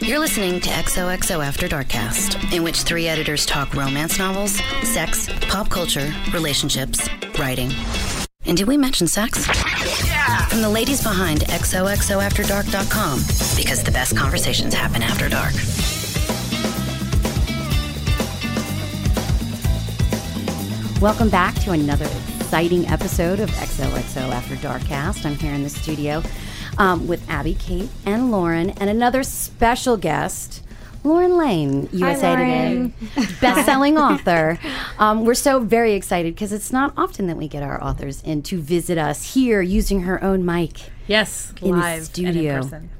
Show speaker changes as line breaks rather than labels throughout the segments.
You're listening to XOXO After Darkcast, in which three editors talk romance novels, sex, pop culture, relationships, writing. And did we mention sex? Yeah! From the ladies behind XOXOAfterdark.com, because the best conversations happen after dark.
Welcome back to another exciting episode of XOXO After Darkcast. I'm here in the studio um, with Abby, Kate, and Lauren, and another special guest, Lauren Lane, USA
Lauren.
Today, best-selling author. Um, we're so very excited because it's not often that we get our authors in to visit us here using her own mic.
Yes,
in the
live and
studio.
in person.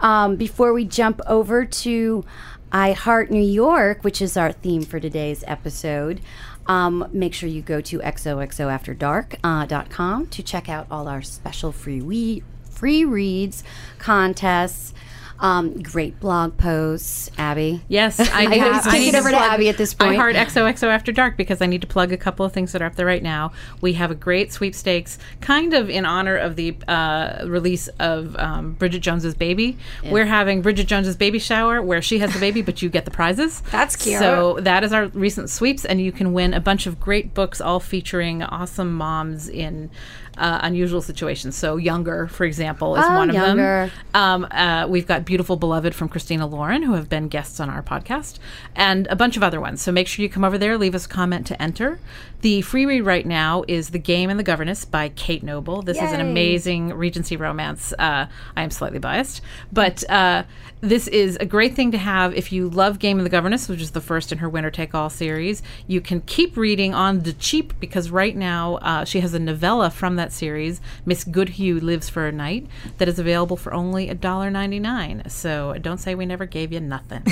Um, before we jump over to I Heart New York, which is our theme for today's episode, um, make sure you go to xoxoafterdark.com uh, to check out all our special free we- free reads, contests, um, great blog posts. Abby,
Yes, I,
I always
have- I
take
need
it over to
plug
Abby at this
I
point.
heart XOXO After Dark because I need to plug a couple of things that are up there right now. We have a great sweepstakes, kind of in honor of the uh, release of um, Bridget Jones's Baby. We're having Bridget Jones's Baby Shower, where she has the baby, but you get the prizes.
That's cute.
So that is our recent sweeps, and you can win a bunch of great books, all featuring awesome moms in. Uh, unusual situations. So, Younger, for example, is
Oh,
one of
Younger.
them. Um, uh, we've got Beautiful Beloved from Christina Lauren, who have been guests on our podcast, and a bunch of other ones. So make sure you come over there, leave us a comment to enter. The free read right now is The Game and the Governess by Kate Noble. This is an amazing Regency romance. Uh, I am slightly biased, but uh, this is a great thing to have if you love Game and the Governess, which is the first in her Winner Take All series. You can keep reading on the cheap because right now uh, she has a novella from that series, Miss Goodhue Lives for a Night, that is available for only $1.99. So don't say we never gave you nothing.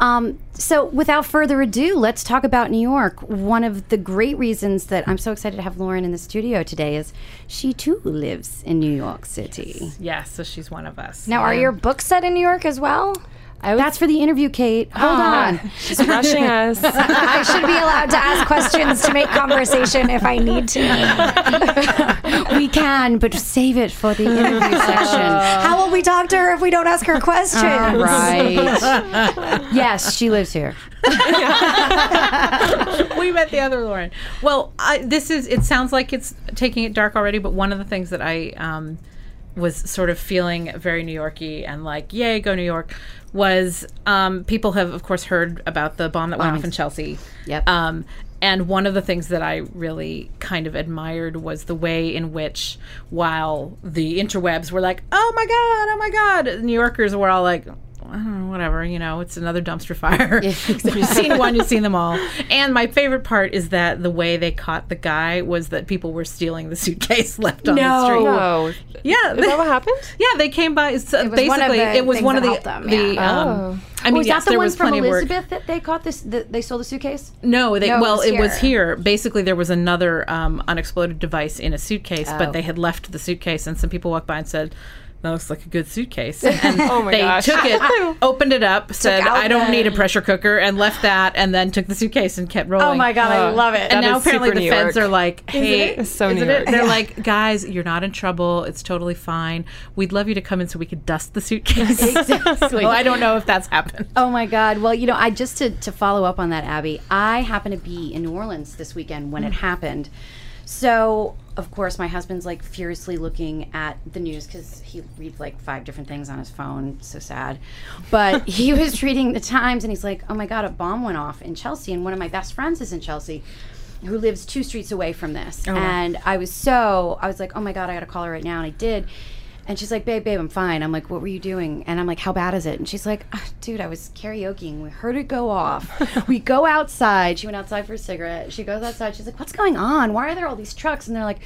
Um, so, without further ado, let's talk about New York. One of the great reasons that I'm so excited to have Lauren in the studio today is she too lives in New York City.
yeah, so she's one of us.
Now, are your books set in New York as well?
That's for the interview, Kate. Hold
Ah.
on.
She's rushing us.
I should be allowed to ask questions to make conversation if I need to.
We can, but save it for the interview section. Uh,
How will we talk to her if we don't ask her questions?
right. yes, she lives here.
we met the other Lauren. Well, I, this is. It sounds like it's taking it dark already, but one of the things that I um, was sort of feeling very New Yorky and like, yay, go New York, was um, people have of course heard about the bomb that went off in Chelsea.
Yep.
Um, and one of the things that I really kind of admired was the way in which, while the interwebs were like, "Oh my god, oh my god," New Yorkers were all like, "I don't know, "Whatever," you know, it's another dumpster fire. you've seen one, you've seen them all. And my favorite part is that the way they caught the guy was that people were stealing the suitcase left on the street.
No. Is
Yeah,
that what happened?
yeah, they came by. So
was one of
basically,
the
it was
things
one
that
of the.
helped them, Oh,
the
Oh.
um, I mean,
was
yes,
Oh, that the
there
one
was
from
plenty of work.
Elizabeth that they caught this? That they stole the suitcase?
No, they
No, it
well,
was
it was here.
here.
Basically, there was another um, unexploded device in a suitcase,
Oh.
but they had left the suitcase, and some people walked by and said. That looks like a good suitcase. And
Oh
my
they
gosh.
took it, opened it up, said,
out
"I don't
the- Oh
need a pressure cooker," and left that, and then took the suitcase and kept rolling.
god, I love it.
And
That
now
is
apparently
super
the
New
feds
York.
are like, "Hey,
it? It's so
isn't
New
it?"
York.
They're like, "Guys, you're not in trouble. It's totally fine. We'd love you to come in so we could dust the suitcase."
Exactly.
well, I don't know if that's happened.
Oh my God! Well, you know, I just to, to follow up on that, Abby. I happened to be in New Orleans this weekend when it happened, so of course my husband's like furiously looking at the news because he reads like five different things on his phone. So sad, but he was reading the Times and he's like, "Oh my God, a bomb went off in Chelsea, and one of my best friends is in Chelsea." who lives two streets away from this. And I was so, I was like, oh my God, I got to call her right now. And I did. And she's like, babe, babe, I'm fine. I'm like, what were you doing? And I'm like, how bad is it? And she's like, "Ah, dude, I was karaokeing. We heard it go off. we go outside. She went outside for a cigarette. She goes outside. She's like, what's going on? Why are there all these trucks? And they're like,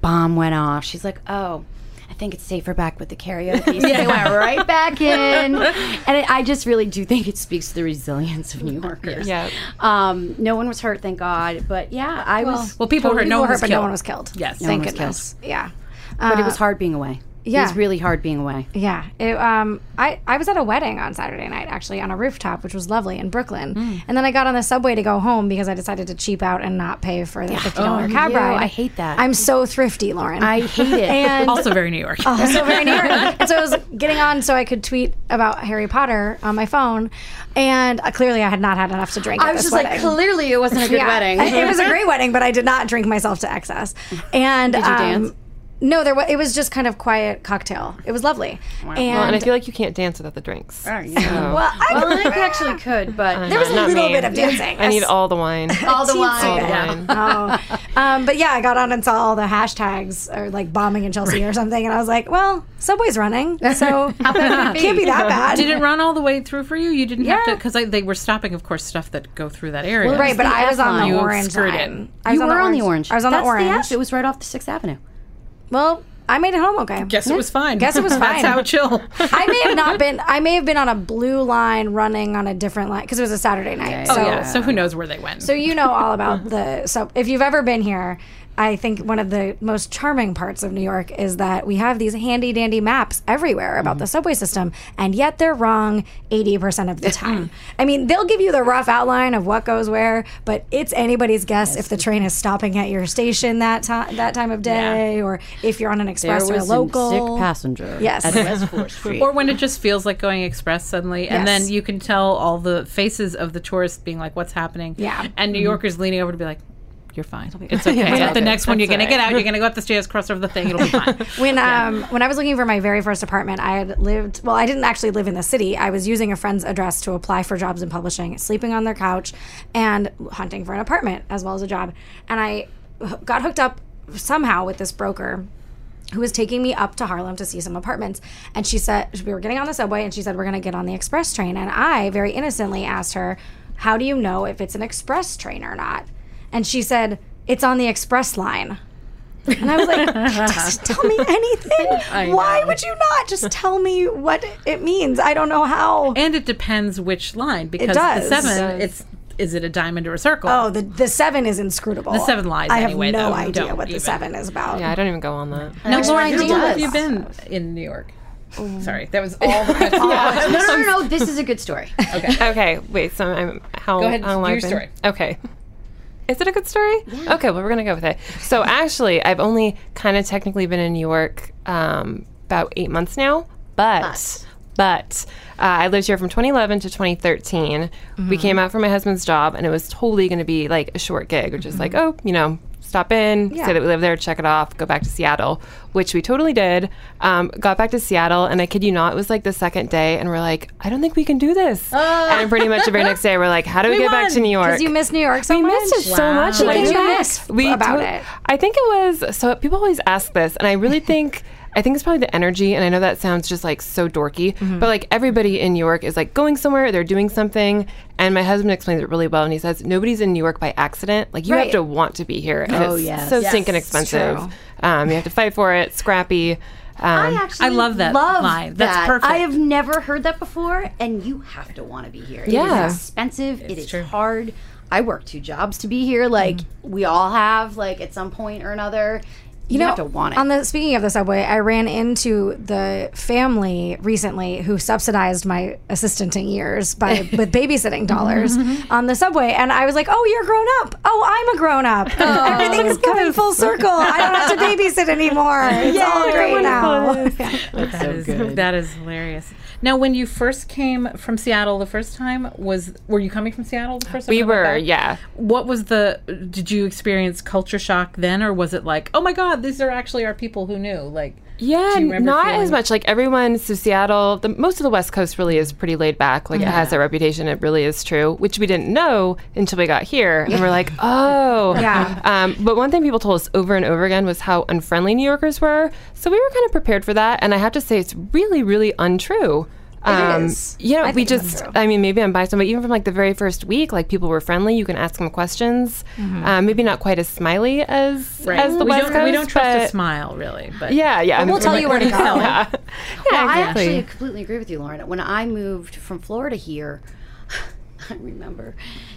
bomb went off. She's like, oh. I think it's safer back with the karaoke. So they went right back in. And it, I just really do think it speaks to the resilience of New Yorkers.
Yeah.
Um, no one was hurt, thank God. But yeah, I was.
Well, people
totally
heard no
wore
one
her,
was
but
No
killed.
one was killed.
Yes.
thank
No one was
goodness. Yeah.
But it was hard being away. It
Uh, Yeah.
was really hard being away.
Yeah. It, um, I, I was at a wedding on Saturday night, actually, on a rooftop, which was lovely in Brooklyn.
Hmm.
And then I got on the subway to go home because I decided to cheap out and not pay for the $50 cab
you.
ride.
Oh, I hate that.
I'm so thrifty, Lauren.
I hate it.
and
also very New York.
also very near. And so I was getting on so I could tweet about Harry Potter on my phone. And uh, clearly I had not had enough to drink. at
I was
this
just like,
wedding.
clearly it wasn't a good
Yeah.
wedding.
it was a great wedding, but I did not drink myself to excess. And did
you dance?
No, there was, it was just kind of quiet cocktail. It was lovely. And,
Well, and I feel like you can't dance without the drinks. So,
well, I,
well, I actually could, but
there was a
Not
little
me.
bit of dancing.
I need all the wine.
all the
teensy
wine.
bit.
wine.
oh. um, but yeah, I got on and saw all the hashtags or like bombing in Chelsea or something, and I was like, "Well, Subway's running, so
it
can't be that bad."
Did it run all the way through for you? You didn't have to
Yeah.
because they were stopping, of course, stuff that go through that area.
right, but
the
I was
F
on
line.
the
You
orange
skirted.
line. I was
You were on the orange.
I was on
That's
the orange.
The F. It was right off the Sixth Avenue.
well, I made it home okay.
Guess it was fine.
Guess it was fine.
That's how chill.
I may have not been. I may have been on a blue line running on a different line because it was a Saturday night. so,
Oh yeah. So who knows where they went?
so you know all about the. So if you've ever been here, I think one of the most charming parts of New York is that we have these handy dandy maps everywhere about the subway system, and yet they're wrong eighty percent of the time. I mean, they'll give you the rough outline of what goes where, but it's anybody's guess if the train is stopping at your station that time that time of day, or if you're on an express or a local.
sick passenger.
Yes.
At West Fourth Street.
or when it just feels like going express suddenly, and
Yes.
then you can tell all the faces of the tourists being like, "What's happening?"
Yeah. Mm-hmm.
and New Yorkers leaning over to be like. You're fine. It's okay. At the next one, you're gonna get out. You're gonna go up the stairs, cross over the thing. It'll be fine.
When um when I was looking for my very first apartment, I had lived well, I didn't actually live in the city. I was using a friend's address to apply for jobs in publishing, sleeping on their couch and hunting for an apartment as well as a job. And I h- got hooked up somehow with this broker who was taking me up to Harlem to see some apartments. And she said, we were getting on the subway and she said, we're going to get on the express train. And I very innocently asked her, how do you know if it's an express train or not? And she said, it's on the express line. And I was like, just tell me anything. Why would you not just tell me what it means? I don't know how.
and it depends which line because
does.
the
It
seven, it's is it a diamond or a circle?
Oh, the, the seven is inscrutable. The
seven lies
I have
anyway,
no
though.
idea
Don't
what the
even.
seven is about.
yeah, I don't even go on that.
now, Lauren,
I
how
do
long have
does.
you been in New York?
Oh.
Sorry, that was all the questions.
no, no, no, no. This is a good story.
Okay, wait. So I'm how
Go ahead,
how long
do
I've
your
been-
story.
Okay. Is it a good story? Okay, well we're gonna go with it. So actually, I've only kind of technically been in New York um, about eight months now, but. But, uh, I lived here from 2011 to 2013. We came out for my husband's job, and it was totally going to be like a short gig, which is like, oh, you know, stop in, say that we live there, check it off, go back to Seattle, which we totally did. Um, got back to Seattle, and I kid you not, it was like the second day, and we're like, I don't think we can do this. And pretty much the very next day, we're like, how do Oh. we, get back to New York?
Because you miss New York so much.
missed it so much.
She
Like,
came
we-
back
we
about
to-
it.
I think it was. So people always ask this, and I really think. I think it's probably the energy, and I know that sounds just like so dorky, but like everybody in New York is like going somewhere, they're doing something. And my husband explains it really well, and he says, Nobody's in New York by accident. Like, you have
Right.
to want to be here. And oh, it's
yes.
so stinking expensive. Um, you have to fight for it, scrappy. Um,
I actually
I love that
love
line. That's
that.
perfect.
I have never heard that before, and you have to want to be here.
Yeah.
It is expensive. It's hard. I work two jobs to be here. Like
Mm.
we all have, like at some point or another. You, have to want it.
On the speaking of the subway, I ran into the family recently who subsidized my assistanting years by
Mm-hmm,
with babysitting dollars on the subway, and I was like, "Oh, you're grown up. Oh, I'm a grown up.
Oh,
Everything's coming full circle. I don't have to babysit anymore. It's all great now." Yeah.
That is that is hilarious. Now, when you first came from Seattle the first time, was were you coming from Seattle the first time?
we
you went
were,
back?
yeah.
What was the? Did you experience culture shock then, or was it like, oh my god, these are actually our people who knew? Like,
Yeah,
Do you remember
not
feeling-
as much. Like everyone, so Seattle, the, most of the West Coast really is pretty laid back. Like it has that reputation. It really is true, which we didn't know until we got here, and we're like, oh,
Yeah.
Um, but one thing people told us over and over again was how unfriendly New Yorkers were. So we were kind of prepared for that, and I have to say, it's really, really untrue.
is.
You know,
I
we
think it's
just,
untrue.
I mean, maybe I'm biased, but even from like the very first week, like people were friendly. You can ask them questions. Um, maybe not quite as smiley as as the
Mm-hmm. we
West
don't
Coast.
we don't trust
but-
a smile really, but
yeah, yeah.
We'll tell you where to go.
Yeah,
Well, I
exactly.
actually completely agree with you, Lauren. When I moved from Florida here, I remember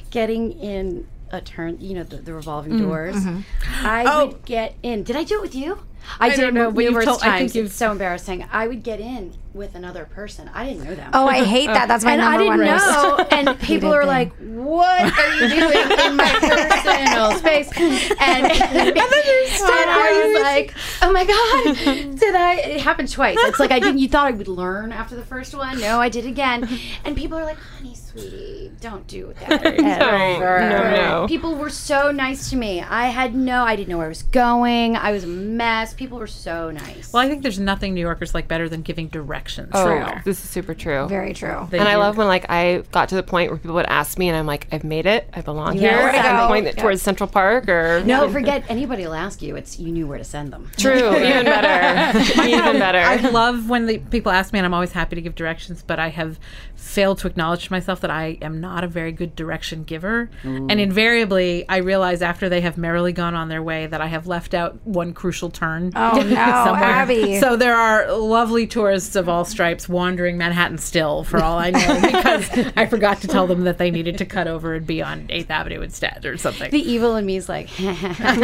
getting in a turn, you know, the, the revolving
Mm,
doors. I would get in. Did I do it with you? I, did
don't know,
it
but you've
numerous
told- mm-hmm. Oh. I think
times.
you've-
it's so embarrassing. I would get in with another person. I didn't know them.
Oh, I hate that. That's my
and
number
I didn't
one risk.
know. And people are like, "What are you doing in my personal space?" And, and, I was like, "Oh my god, did I?" It happened twice. It's like I didn't. You thought I would learn after the first one. No, I did again. And people are like, "Honey, sweetie, don't do that." ever."
no, no.
People were so nice to me. I had no. I didn't know where I was going. I was a mess. People were so nice.
Well, I think there's nothing New Yorkers like better than giving directions.
Oh, this is super true.
Very true.
They
and I
do.
love when like I got to the point where people would ask me, and I'm like, I've made it. I belong here.
we're
I can
out.
point it towards Central Park or
no, forget anybody will ask you. It's you knew where to send them.
True, even better, even
I
better.
love when the people ask me, and I'm always happy to give directions, but I have failed to acknowledge to myself that I am not a very good direction giver. And invariably, I realize after they have merrily gone on their way that I have left out one crucial turn.
Oh no, Abby.
So there are lovely tourists of all stripes wandering Manhattan still, for all I know, because I forgot to tell them that they needed to cut over and be on 8th Avenue instead or something.
The evil in me is like,
I'm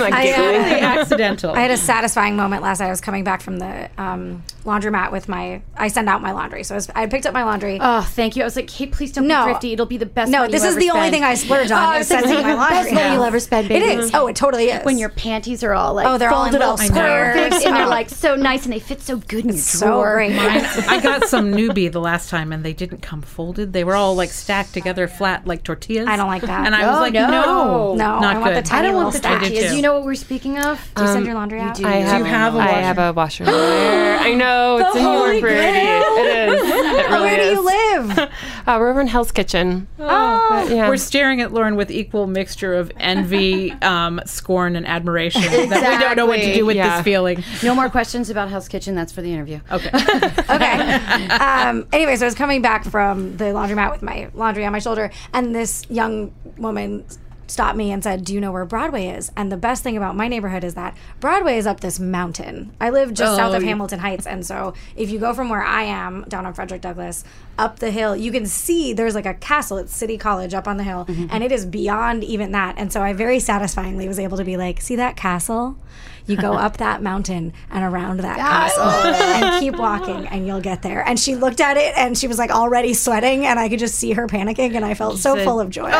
like
I,
giggling.
uh,
Completely accidental.
I had a satisfying moment last night. I was coming back from the um, laundromat with my. I send out my laundry, so I, was, I picked up my laundry.
oh, thank you. I was like, Kate, please don't
No.
be thrifty. It'll be the best.
no,
money
this
you
is
ever
the only
spend.
thing I splurge on.
Oh,
is
this is
sending my
the
laundry.
best money you'll ever spend, baby.
It is. Oh, it totally is.
When your panties are all like,
Oh, they're all in
folded
little
up square
squares.
and they're
Oh.
like so nice and they fit so good in your
so
drawer.
great.
I got some newbie the last time, and they didn't come folded. They were all like stacked together, flat like tortillas.
I don't like that.
And I was
Oh,
like,
no.
no,
No,
not
I Uh, want the
good.
tiny
I don't
little
want the
stack.
I do
tortillas.
too.
You know what we're speaking of?
Do you send your laundry out?
um, do.
I have,
you have a
I
washer?
have a washer and dryer. I know it's in your
Holy
pretty. It is. It really
Where do
is.
you live?
Uh, we're over in Hell's Kitchen. Oh, yeah.
We're staring at Lauren with equal mixture of envy, um, scorn, and admiration. That we don't know what to
Exactly.
do with
Yeah.
this feeling.
No more questions about Hell's Kitchen. That's for the interview.
Okay.
okay. Um, anyway, so I was coming back from the laundromat with my laundry on my shoulder, and this young woman stopped me and said, "Do you know where Broadway is?" And the best thing about my neighborhood is that Broadway is up this mountain. I live just south of Hamilton Heights, and so if you go from where I am down on Frederick Douglass up the hill, you can see there's like a castle at City College up on the hill, and it is beyond even that. And so I very satisfyingly was able to be like, "See that castle?" You go up that mountain and around that castle and keep walking and you'll get there. And she looked at it and she was like already sweating and I could just see her panicking and I felt so
said,
full of joy.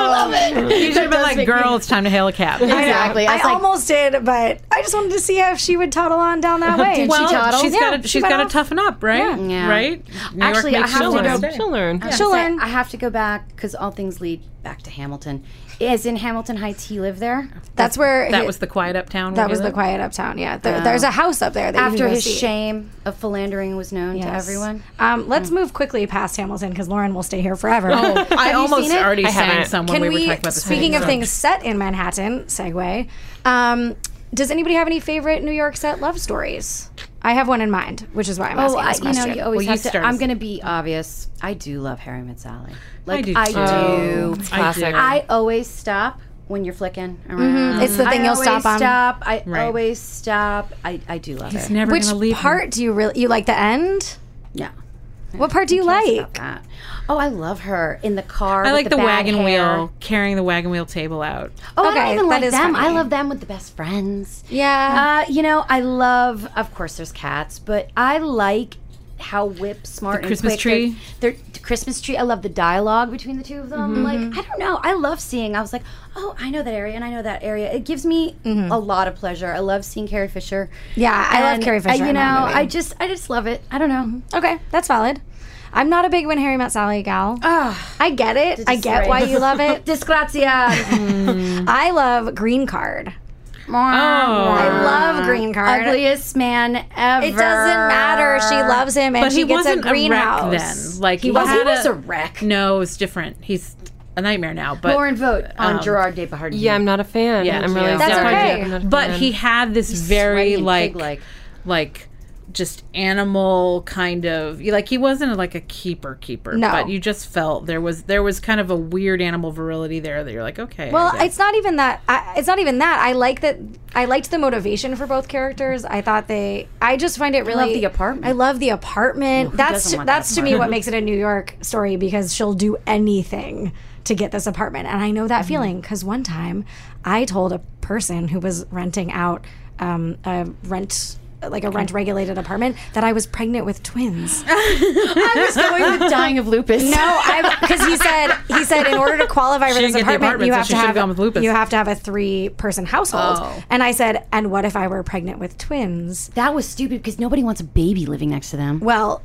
you should have been like, girl, it's time to hail a cab.
Exactly. I
I
was like,
almost did, but I just wanted to see if she would toddle on down that way. And
Well,
she toddled.
she's
Yeah,
got to,
she
she's
went
got to
off.
toughen up, right?
Yeah.
Right? New York
Actually, I
makes
have
you
to
learn.
go-
She'll learn.
She'll
I-
learn.
I have to go back because all things lead back to Hamilton. Is in Hamilton Heights, he lived there
That's where
That was the quiet uptown. where
that
we
was the
lived?
quiet uptown. Yeah, There- there's a house up there that you
after
can go
his
see.
shame of philandering was known to
Yes.
everyone. Oh.
Um, let's move quickly past Hamilton because Lauren will stay here forever.
Oh, I almost
seen it?
already
I
sang
haven't.
some when
Can
we,
we,
were talking about the
speaking
singing
of
show.
things set in Manhattan, segue, um, does anybody have any favorite New York set love stories? I have one in mind, which is why I'm
Oh,
asking
I,
this
you know,
question.
you always
Well, you
have to.
start
I'm
us.
going to be obvious. I do love Harry Met Sally.
I
Like
do.
I
too.
do.
Oh.
classic.
Oh, I always stop when you're flicking around.
Mm-hmm. It's the thing
I
you'll stop
always
on.
Stop. I
Right.
always stop. I, I do love
He's
her.
never
Which
gonna leave me.
part do you really you like the end?
No.
What part do you
About
like?
that. Oh, I love her in the car.
I
with
like
the,
the,
bad
wagon
hair.
wheel, carrying the wagon wheel table out.
Oh, I
Okay,
don't even
that
like
is
them. I
funny.
love them with the best friends.
Yeah.
Uh, you know, I love. Of course, there's cats, but I like how whip smart
The
and
Christmas
quick
tree?
They're, they're- the Christmas tree. I love the dialogue between the two of them.
Mm-hmm.
Like I don't know. I love seeing. I was like, oh, I know that area and I know that area. It gives me a lot of pleasure. I love seeing Carrie Fisher.
yeah, Mm-hmm. I love
And,
Carrie
uh,
Fisher.
you
in
know,
that movie.
I just I just love it. I don't know.
Okay, that's valid. I'm not a big When Harry Met Sally gal.
Ah.
I get it. I get why you love it. Mm.
Disgrazia.
I love Green Card.
Oh.
I
Ah,
love Green Card.
Ugliest man ever.
It doesn't matter. She loves him, and
But
she
he
Oh, gets
wasn't
a greenhouse.
wreck then. Like he,
Well, he
had
was a wreck.
No, it's different. He's a nightmare now. But
Lauren vote on Gerard Depardieu.
yeah, I'm not a fan.
Um, Yeah,
I'm really
That's
sorry.
okay.
I'm not a
but
fan.
he had this
sweaty
very
and
like
pig-like.
like just animal kind of like he wasn't like a keeper keeper
No.
but you just felt there was there was kind of a weird animal virility there that you're like okay I
Well,
get it.
it's not even that. I, it's not even that. I like that. I liked the motivation for both characters. I thought they. I just find it really.
love the apartment.
I love the apartment. that's
doesn't
to,
want that
that's to me what makes it a New York story because she'll do anything to get this apartment, and I know
Mm-hmm.
that feeling because one time I told a person who was renting out um, a rent. Like a rent regulated apartment, that I was pregnant with twins.
dying of lupus.
No, because he said he said in order to qualify for
didn't
this
get the
apartment,
apartment,
you
so
have
she
to
should've
have
gone with lupus.
you have to have a three person household.
Oh.
And I said, and what if I were pregnant with twins?
That was stupid because nobody wants a baby living next to them.
Well,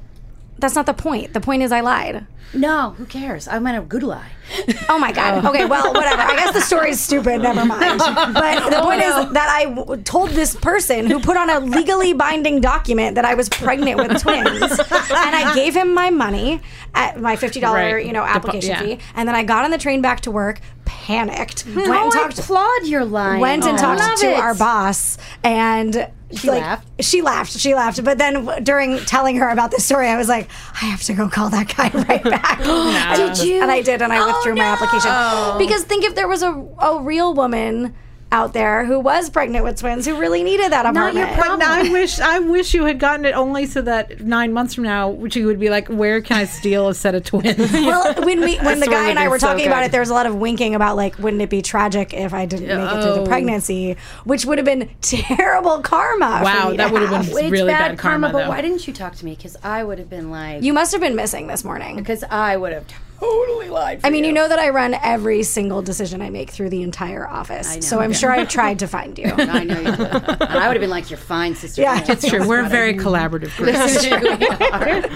that's not the point. The point is I lied.
No, who cares? I meant a good lie.
Oh my god. Okay, well, whatever. I guess the story's stupid. Never mind. But the point is that I w- told this person who put on a legally binding document that I was pregnant with twins, and I gave him my money, at my fifty dollar
Right.
you know
Depo-
application
yeah.
fee, and then I got on the train back to work, panicked, went and talked.
Oh, applaud your lie.
went and
Love
talked to
it.
our boss and she
laughed?
she laughed she laughed but then w- during telling her about this story i was like i have to go call that guy right back did you and i did and i withdrew my application because think if there was a, a real woman out there who was pregnant with twins who really needed that apartment
your
But now I wish I wish you had gotten it only so that nine months from now, which you would be like, where can I steal a set of twins?
well, when we when the
story
guy and
would've
I
been
were
so
talking about
good.
it, there was a lot of winking about like, wouldn't it be tragic if I didn't make it through
Oh.
the pregnancy, which would have been terrible karma. for
Wow,
me
that
to
would've been
have.
It's
Really
bad,
bad
karma,
karma,
but
though.
why didn't you talk to me? Because I would have been like,
You must have been missing this morning.
because I would have totally lied. For
I mean, you know that I run every single decision I make through the entire office. So I'm sure I've tried to find you.
I know you. would. And I would have been like, "You're fine, sister."
Yeah.
That's
It's
Sure, we're a very collaborative group.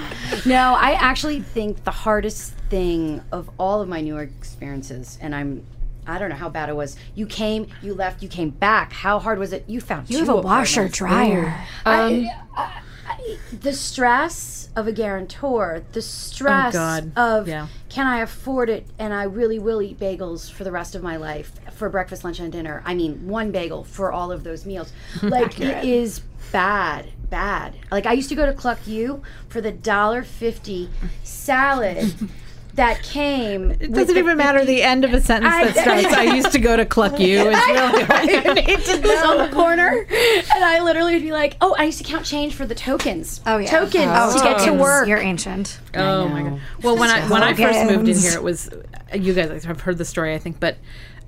no, I actually think the hardest thing of all of my New York experiences, and I'm. I don't know how bad it was. You came, you left, you came back. How hard was it? You found
You have a washer dryer.
Um,
the stress of a guarantor, the stress
Oh, God.
of
Yeah.
can I afford it and I really will eat bagels for the rest of my life for breakfast, lunch, and dinner. I mean, one bagel for all of those meals. Like, it is bad, bad. Like, I used to go to Cluck U for the $1.50 salad that came.
It doesn't even matter the end of a sentence
I-
that starts. I used to go to cluck you. It's really all you need to
It was on the corner, and I literally would be like, "Oh, I used to count change for the tokens.
Oh, yeah.
tokens to get to
Tokens.
work.
You're ancient.
Oh my god! Well, when I when I first moved in
Slogans.
here, it was you guys have heard the story, I think, but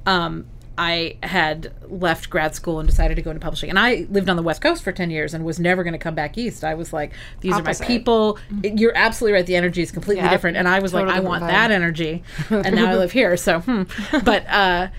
um, I had left grad school and decided to go into publishing, and I lived on the West Coast for ten years and was never going to come back east. I was like, these are my people. You're absolutely right. The energy is completely
Yeah.
different, and I was like, I want that energy, and now I live here. So, hmm. but. Uh,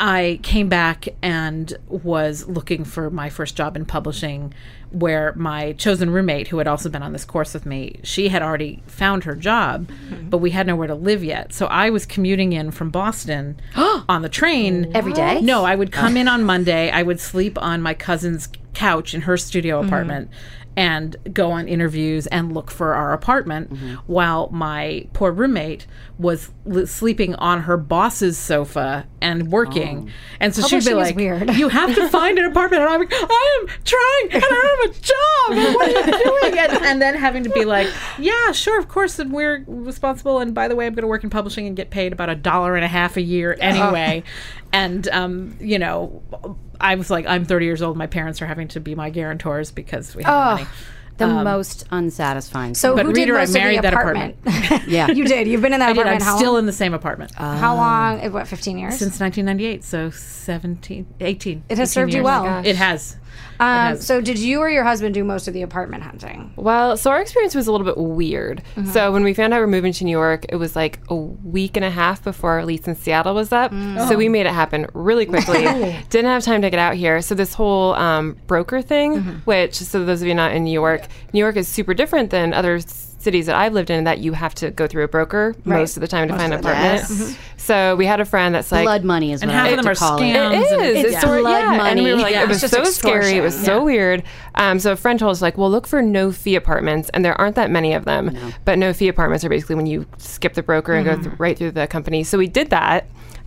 I came back and was looking for my first job in publishing, where my chosen roommate, who had also been on this course with me, she had already found her job,
Mm-hmm.
but we had nowhere to live yet. So I was commuting in from Boston on the train
Every day?
No, I would come in on Monday. I would sleep on my cousin's couch in her studio apartment. And go on interviews and look for our apartment while my poor roommate was li- sleeping on her boss's sofa and working. And so she'd be
Publishing is
like,
weird.
You have to find an apartment. And I'm like, I am trying and I don't have a job. And what are you doing? And, and then having to be like, Yeah, sure, of course. And we're responsible. And by the way, I'm going to work in publishing and get paid about a dollar and a half a year anyway. And, um, you know, I was like, I'm 30 years old. My parents are having to be my guarantors because we have no money.
The most unsatisfying.
So
But
who
reader,
did
I
most
married
of
that
the
apartment.
apartment?
Yeah.
you did. You've been in that
I did. I'm
apartment how
still
long?
in the same apartment.
how long? eh, What, 15 years?
since 1998, so 17, 18.
it has served you well.
It has.
Um,
has.
so did you or your husband do most of the apartment hunting?
Well, so our experience was a little bit weird. So when we found out we we're moving to New York, it was like a week and a half before our lease in Seattle was up. So we made it happen really quickly. Didn't have time to get out here. So this whole um, broker thing, which so those of you not in New York, New York is super different than other s- cities that I've lived in that you have to go through a broker most of the time Mm-hmm. to find an apartment. So we had a friend that's like
blood money is what
half
I like
of them
to
are
call it.
scams.
it
and-
is. It's,
It's
sort of-
blood
yeah. And we were
money.
like,
Yeah.
it was
It's
so
just
scary. It was so weird. Um, so a friend told us, like, well, look for no fee apartments, and there aren't that many of them. Mm-hmm. But no fee apartments are basically when you skip the broker and go th- right through the company. So we did that.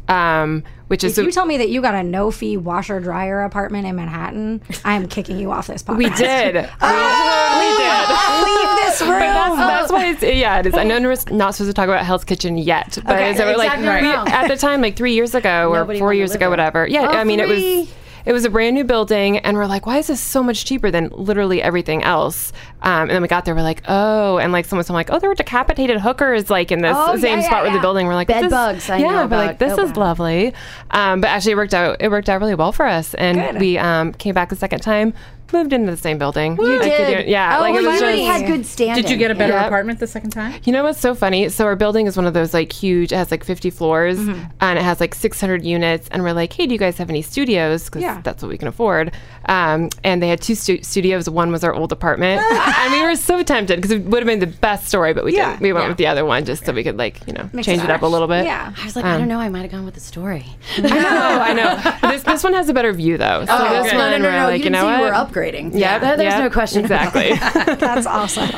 um, which is
If you tell me that you got a no fee washer dryer apartment in Manhattan, I am kicking you off this podcast.
we did. We
Oh,
totally did.
Leave this room.
But that's, that's why it's yeah it is. I know we're not supposed to talk about Hell's Kitchen yet, but
Okay.
it's over, like
Exactly. Right.
we- at the time, like three years ago or
Nobody
four
wanted
years
to
ago,
live there.
whatever. Yeah, I mean it
three.
was it was a brand new building, and we're like, why is this so much cheaper than literally everything else? Um, and then we got there, we're like, oh, and like someone, someone like, oh, there were decapitated hookers like in this
Oh,
same
yeah,
spot
yeah,
where the
yeah.
building. We're like,
Bed
this,
bugs, I
yeah,
know
we're like
about.
this
Oh,
is
wow.
lovely, um, but actually it worked out. It worked out really well for us, and
Good.
we um, came back the second time. Moved into the same building. You
did.
yeah.
Oh,
like it
you
was
really
just,
He had good standing.
Did you get a better
Yeah.
apartment the second time?
you know what's so funny? So our building is one of those like huge. It has like 50 floors,
Mm-hmm.
and it has like 600 units. And we're like, hey, do you guys have any studios? Because
Yeah.
that's what we can afford. Um, and they had two stu- studios. One was our old apartment, and we were so tempted because it would have been the best story, but we
Yeah.
didn't. We went with the other one just so we could like you know
Mix
change it up a little bit.
Yeah.
I was like, I don't know. I might have gone with the story.
I know, Oh, I know. But This this one has a better view though. So
Oh,
this
no,
one
no, no,
we're
no.
like,
you
you,
didn't
know
see you were
what?
upgrading.
Yeah,
There- there's no question. about it.
Exactly.
That's awesome.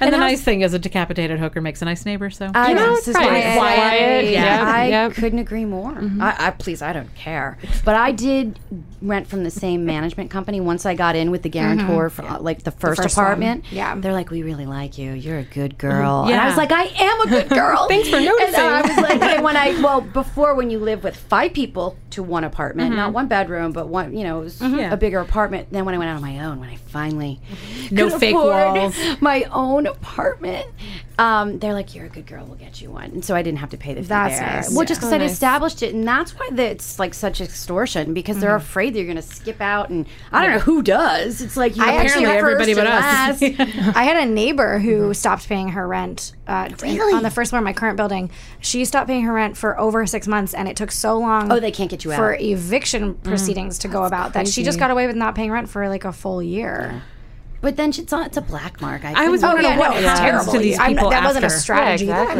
And, the nice thing is, a decapitated hooker makes a nice neighbor. So
Uh,
I
You know,
this is
right.
why
Quiet. Quiet,
Yeah. Mm-hmm.
yeah,
I
yep.
couldn't agree more. I, I please, I don't care. But I did rent from the same management company once I got in with the guarantor for uh, like the first,
first
apartment.
one. Yeah.
they're like, we really like you. You're a good girl. And I was
Yeah.
like, I am a good girl.
Thanks for
And, uh,
noticing.
I was like, and when I well before when you live with five people to one apartment, not one bedroom, but one you know it was a bigger apartment. Then when I went out on my own, when I finally
No
could
fake
afford
walls.
my own apartment. Um, they're like, "You're a good girl. We'll get you one." And so I didn't have to pay the fee
That's
there.
nice.
Well, just because
Oh,
I'd
nice.
established it, and that's why the, it's like such extortion because they're afraid they're going to skip out, and I don't know who does. It's like you
I
know,
actually-
first
everybody but
and
us.
last.
I had a neighbor who stopped paying her rent uh,
Mm-hmm. Really?
on the first floor of my current building. She stopped paying her rent for over six months, and it took so long.
Oh, they can't get you out. Mm.
for eviction proceedings to go about that she just got away with not paying rent for like a full year.
but then it's on. It's a black mark. I,
I was
couldn't-
wondering
Oh, yeah,
what
no,
happens
terrible.
to these
I'm-
people
that wasn't a
after.
strategy.
Yeah,
then.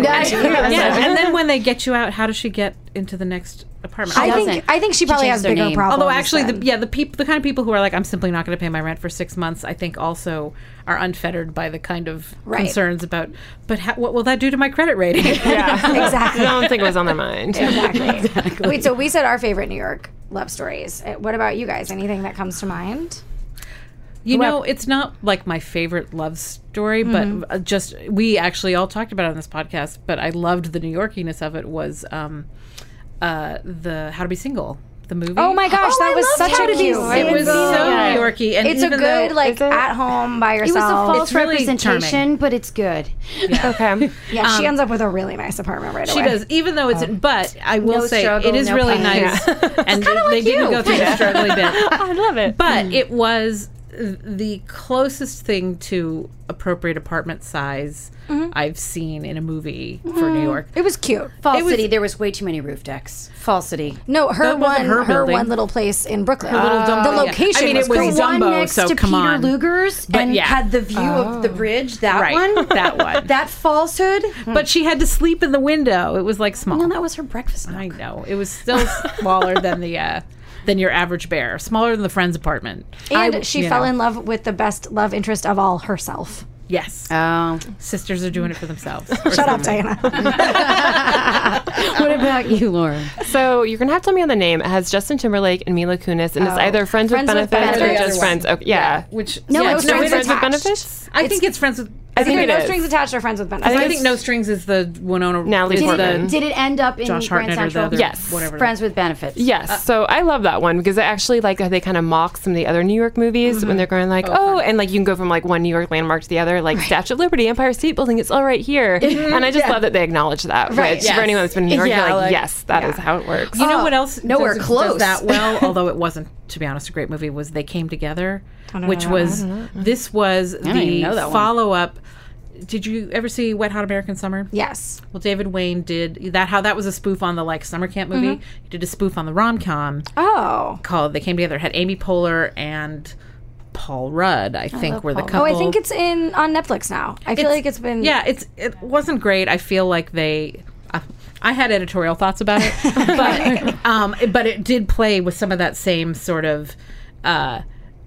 exactly.
Yeah.
yeah, and then when they get you out, how does she get into the next apartment?
I
doesn't.
think I think she probably
changed
has
their
bigger
name.
problems.
Although
Although actually,
then.
the, yeah, the people, the kind of people who are like, I'm simply not going to pay my rent for six months, I think also are unfettered by the kind of
Right.
concerns about, but how, what will that do to my credit rating?
Yeah.
Exactly.
I don't think it was on their mind.
exactly. Wait, so we said our favorite New York love stories. Uh, What about you guys? Anything that comes to mind?
You know, it's not like my favorite love story,
Mm-hmm.
but uh just we actually all talked about it on this podcast. But I loved the New Yorkiness of it. Was um, uh, the How to Be Single the movie?
Oh my gosh, that
I
was
loved
such
How
a
to Be
cute.
Single.
It was so New Yorky, and
It's a
even though-
good like at home by
it was a
yourself.
false
It's really
representation,
charming.
but it's good.
Okay.
yeah, she ends up with a really nice apartment right
Um, She
away.
does, even though it's. But I will
No
say
struggle,
it is
no
really
pain.
nice, and they didn't go through the struggling bit.
I love it.
Hmm.
But it was the closest thing to appropriate apartment size I've seen in a movie for New York.
It was cute.
Falsity. there was way too many roof decks. Falsity.
No, her
That wasn't
one,
her
her,
building.
one little place in Brooklyn.
little Dumbo,
the
yeah.
location.
I mean,
was
it was
great.
The one
Dumbo,
next
so
to
come
Peter
on.
Luger's
But
and
yeah.
had the view of the bridge. That
Right,
one.
that one.
That falsehood.
But she had to sleep in the window. It was like small.
No, that was her breakfast.
I
Milk.
know. It was still smaller than the uh, than your average bear, smaller than the friend's apartment.
and
I-
she
you
fell
know.
in love with the best love interest of all herself.
Yes,
Oh.
sisters are doing it for themselves.
Shut up, Diana.
what about you, Lauren?
So you're gonna have to tell me on the name. It has Justin Timberlake and Mila Kunis,
Oh.
and it's either friends,
Friends
with
with
benefits or
Benefits.
just friends. Okay, yeah.
Which
No,
yeah,
it was
no,
friends
it is-
friends with
attached.
benefits.
I think it's friends with.
I think
Either
it
no
is.
strings attached or friends with benefits.
think
I think No Strings is the Winona.
Natalie
is the
Portman.
Did it end up in
Josh
Grand
Hartnett or the
Central?
other.
Yes.
whatever.
Friends with benefits.
Yes, so I love that one because it actually like they kind of mock some of the other New York movies when they're going like, oh, and like you can go from like one New York landmark to the other, like Statue of Liberty, Empire State Building, it's all right here, and I just love that they acknowledge that.
Right,
Which
yes.
for anyone that's been in New York,
Yeah,
you're like,
like-
yes, that is how it works.
You know
Oh,
what else?
nowhere
does,
close.
Does that well, although it wasn't, to be honest, a great movie. Was They Came Together,
don't
which
know that
was this was
even
the
know that one.
follow up. Did you ever see Wet Hot American Summer?
Yes.
Well, David Wayne did that. How that was a spoof on the like summer camp movie. He did a spoof on the rom com
Oh.
called They Came Together. It had Amy Poehler and Paul Rudd. I think were the couple.
Oh, I think it's in on Netflix now. I feel like it's been
yeah. It's it wasn't great. I feel like they. I- I had editorial thoughts about it, but um, but it did play with some of that same sort of. Uh,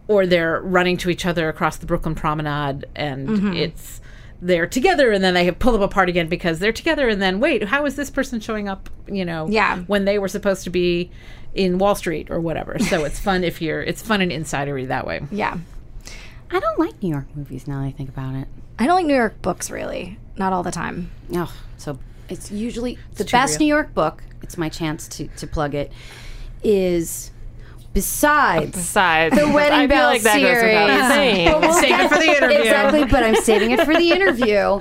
or they're running to each other across the Brooklyn Promenade, and it's they're together and then they pull them apart again because they're together and then wait, how is this person showing up, you know,
Yeah.
when they were supposed to be in Wall Street or whatever. So it's fun if you're it's fun and insidery that way.
Yeah.
I don't like New York movies now that I think about it.
I don't like New York books really. Not all the time.
Oh, so it's usually the best New York book. It's my chance to, to plug it. Is besides
Side.
the Wedding
I feel
Bell
like that
series,
goes without saying.
Save it for the interview.
exactly. But I'm saving it for the interview.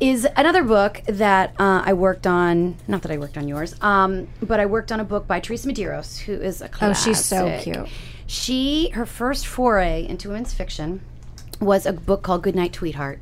Is another book that uh, I worked on. Not that I worked on yours, um, but I worked on a book by Teresa Medeiros, who is a
Oh,
classic.
she's so cute.
She her first foray into women's fiction was a book called Goodnight Tweetheart.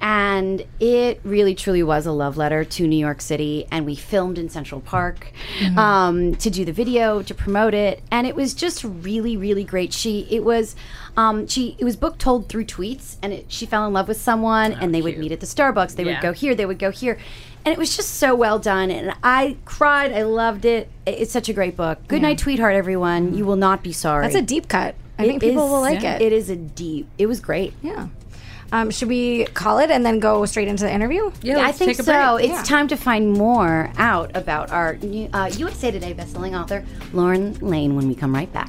And it really truly was a love letter to New York City and we filmed in Central Park um, to do the video to promote it and it was just really really great. She it was um, she it was book told through tweets and it, she fell in love with someone and they would meet at the Starbucks. They
Yeah.
would go here, they would go here. And it was just so well done. And I cried. I loved it. I- It's such a great book. Good night, Tweetheart, everyone. You will not be sorry.
That's a deep cut. I
It
think people
is-
will like it.
It is a deep. It was great.
Yeah. Um, should we call it and then go straight into the interview?
Yeah,
I
let's
think
take a
so.
break.
It's time to find more out about our new, uh, USA Today bestselling author, Lauren Lane, when we come right back.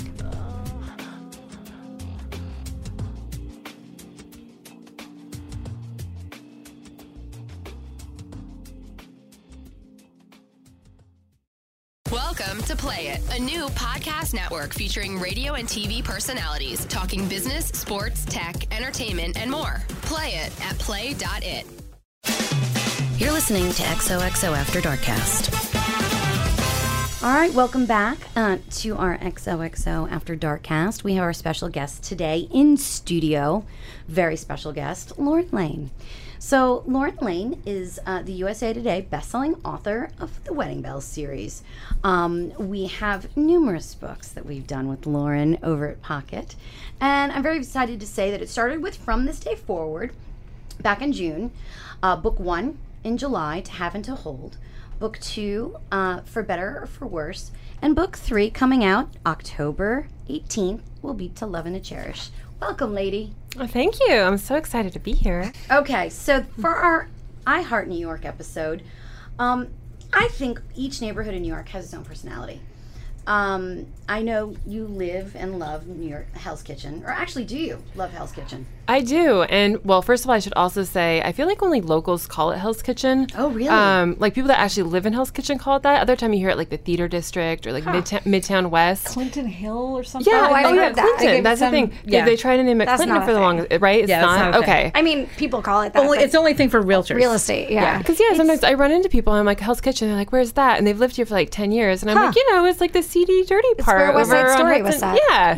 Welcome to Play It, a new podcast network featuring radio and TV personalities talking business, sports, tech, entertainment, and more. Play it at play.it.
You're listening to XOXO After Darkcast.
All right, welcome back uh, to our XOXO After Dark cast. We have our special guest today in studio, very special guest, Lauren Lane. So, Lauren Lane is uh, the USA Today bestselling author of the Wedding Bells series. Um, we have numerous books that we've done with Lauren over at Pocket, and I'm very excited to say that it started with From This Day Forward, back in June. Uh, book one in July, To Have and To Hold. Book two, uh, For Better or For Worse. And book three, coming out October 18th, will be To Love and To Cherish. Welcome, lady.
Well, Thank you. I'm so excited to be here.
Okay, so for our I Heart New York episode, um, I think each neighborhood in New York has its own personality. Um, I know you live and love New York Hell's Kitchen, or actually, do you love Hell's Kitchen?
I do. And well, first of all, I should also say I feel like only locals call it Hell's Kitchen.
Oh, really?
Um, like people that actually live in Hell's Kitchen call it that. Other time you hear it like the theater district or like Midtown, Midtown West.
Clinton Hill or something.
Yeah,
Oh, I
yeah,
heard that. I
Clinton.
gave
That's the
some-
thing. They-
yeah.
They, try to name it
That's
Clinton
not a
for the
thing.
long, right? It's
Yeah, it's not a thing.
okay.
I mean, people call it that.
Only-
but
it's only thing for realtors.
real estate. Yeah.
Because yeah, sometimes I run into people and I'm like Hell's Kitchen. They're like, "Where's that?" And they've lived here for like ten years, and I'm like, you know, it's like the seedy, dirty part.
where West Side
over on
Story was
Hudson."
set.
Yeah,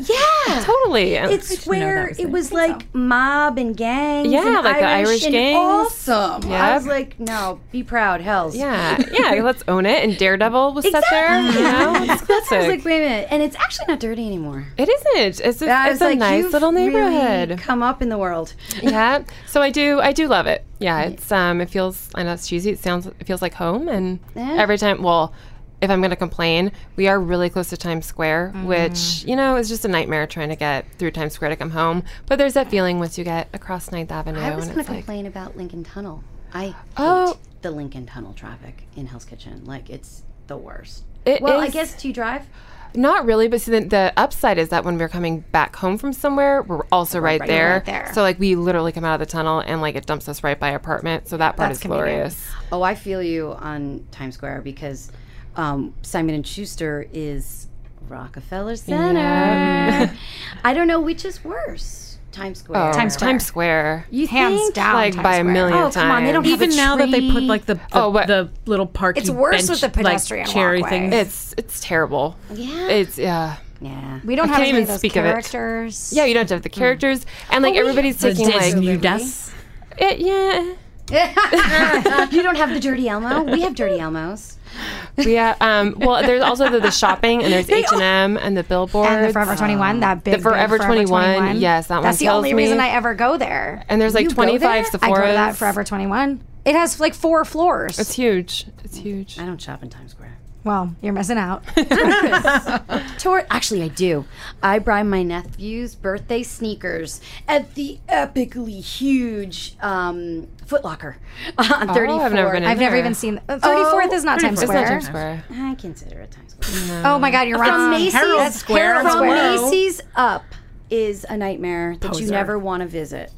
Yeah.
totally. And
It's
know that
where
was
it
it.
was like mob and gangs.
Yeah,
and
like the Irish
and
gangs.
Awesome. I
Yep.
was like, no, be proud, Hell's.
yeah, yeah. Let's own it. And Daredevil was set there. You know, it's
That's why I was
classic.
like, wait a minute, and it's actually not dirty anymore.
It isn't. It's a,
I
it's
was
a
like,
nice
you've
little neighborhood.
Really come up in the world.
yeah. So I do. I do love it. Yeah. It's um. It feels. I know it's cheesy. It sounds. It feels like home. And every time. Well. If I'm going to complain, we are really close to Times Square,
Mm-hmm.
which, you know, is just a nightmare trying to get through Times Square to come home. But there's that feeling once you get across Ninth Avenue.
I was going
and
to
it's like,
complain about Lincoln Tunnel. I hate
Oh.
the Lincoln Tunnel traffic in Hell's Kitchen. Like it's the worst.
It
well, I
is-
guess do you drive?
Not really, but see, the, the upside is that when we're coming back home from somewhere, we're also right, there.
right there.
So, like, we literally come out of the tunnel and, like, it dumps us right by apartment. So, that part
That's
is
convenient.
glorious.
Oh, I feel you on Times Square because um, Simon and Schuster is Rockefeller Center. I don't know which is worse, Times Square.
Oh,
Times Square.
Times Square.
You
Hands
think?
down.
like,
Times
by a
Square.
million
Oh,
times.
come on, they don't have
Even
a
now that they put
tree.
like the the,
Oh, what-
the little park.
It's worse with the pedestrian
like, cherry
walkway.
things.
It's it's terrible.
Yeah.
It's yeah.
yeah.
We don't
I
have any
can't even
of those
speak of it.
characters.
Yeah, you don't
Mm.
have the characters, and like everybody's
the
taking like
Disney
Liberty.
Dust.
it, yeah,
you don't have the Dirty Elmo. We have Dirty Elmos.
yeah. Um, well, there's also the, the shopping, and there's H and M, and the billboards,
And the Forever 21, that big.
uh, the Forever
big
21, yes, that one
That's the
kills
only reason
me.
I ever go there.
and there's like
You go
25
there?
Sephora's.
I go to that Forever 21. It has like four floors.
It's huge. It's huge.
I don't shop in Times Square.
Well, you're missing out.
Oh,
Tor- Actually, I do. I bribed my nephew's birthday sneakers at the epically huge um, Foot Locker
Oh.
on 34.
never been in
I've never
Sure.
even seen. Uh, 34th is not Times
It's not
Square.
Times Square.
I consider it Times Square.
Oh my God, you're wrong.
Macy's,
Herald
that's
Square.
Herald From
Square.
Macy's up is a nightmare that you
Poser.
never want to visit.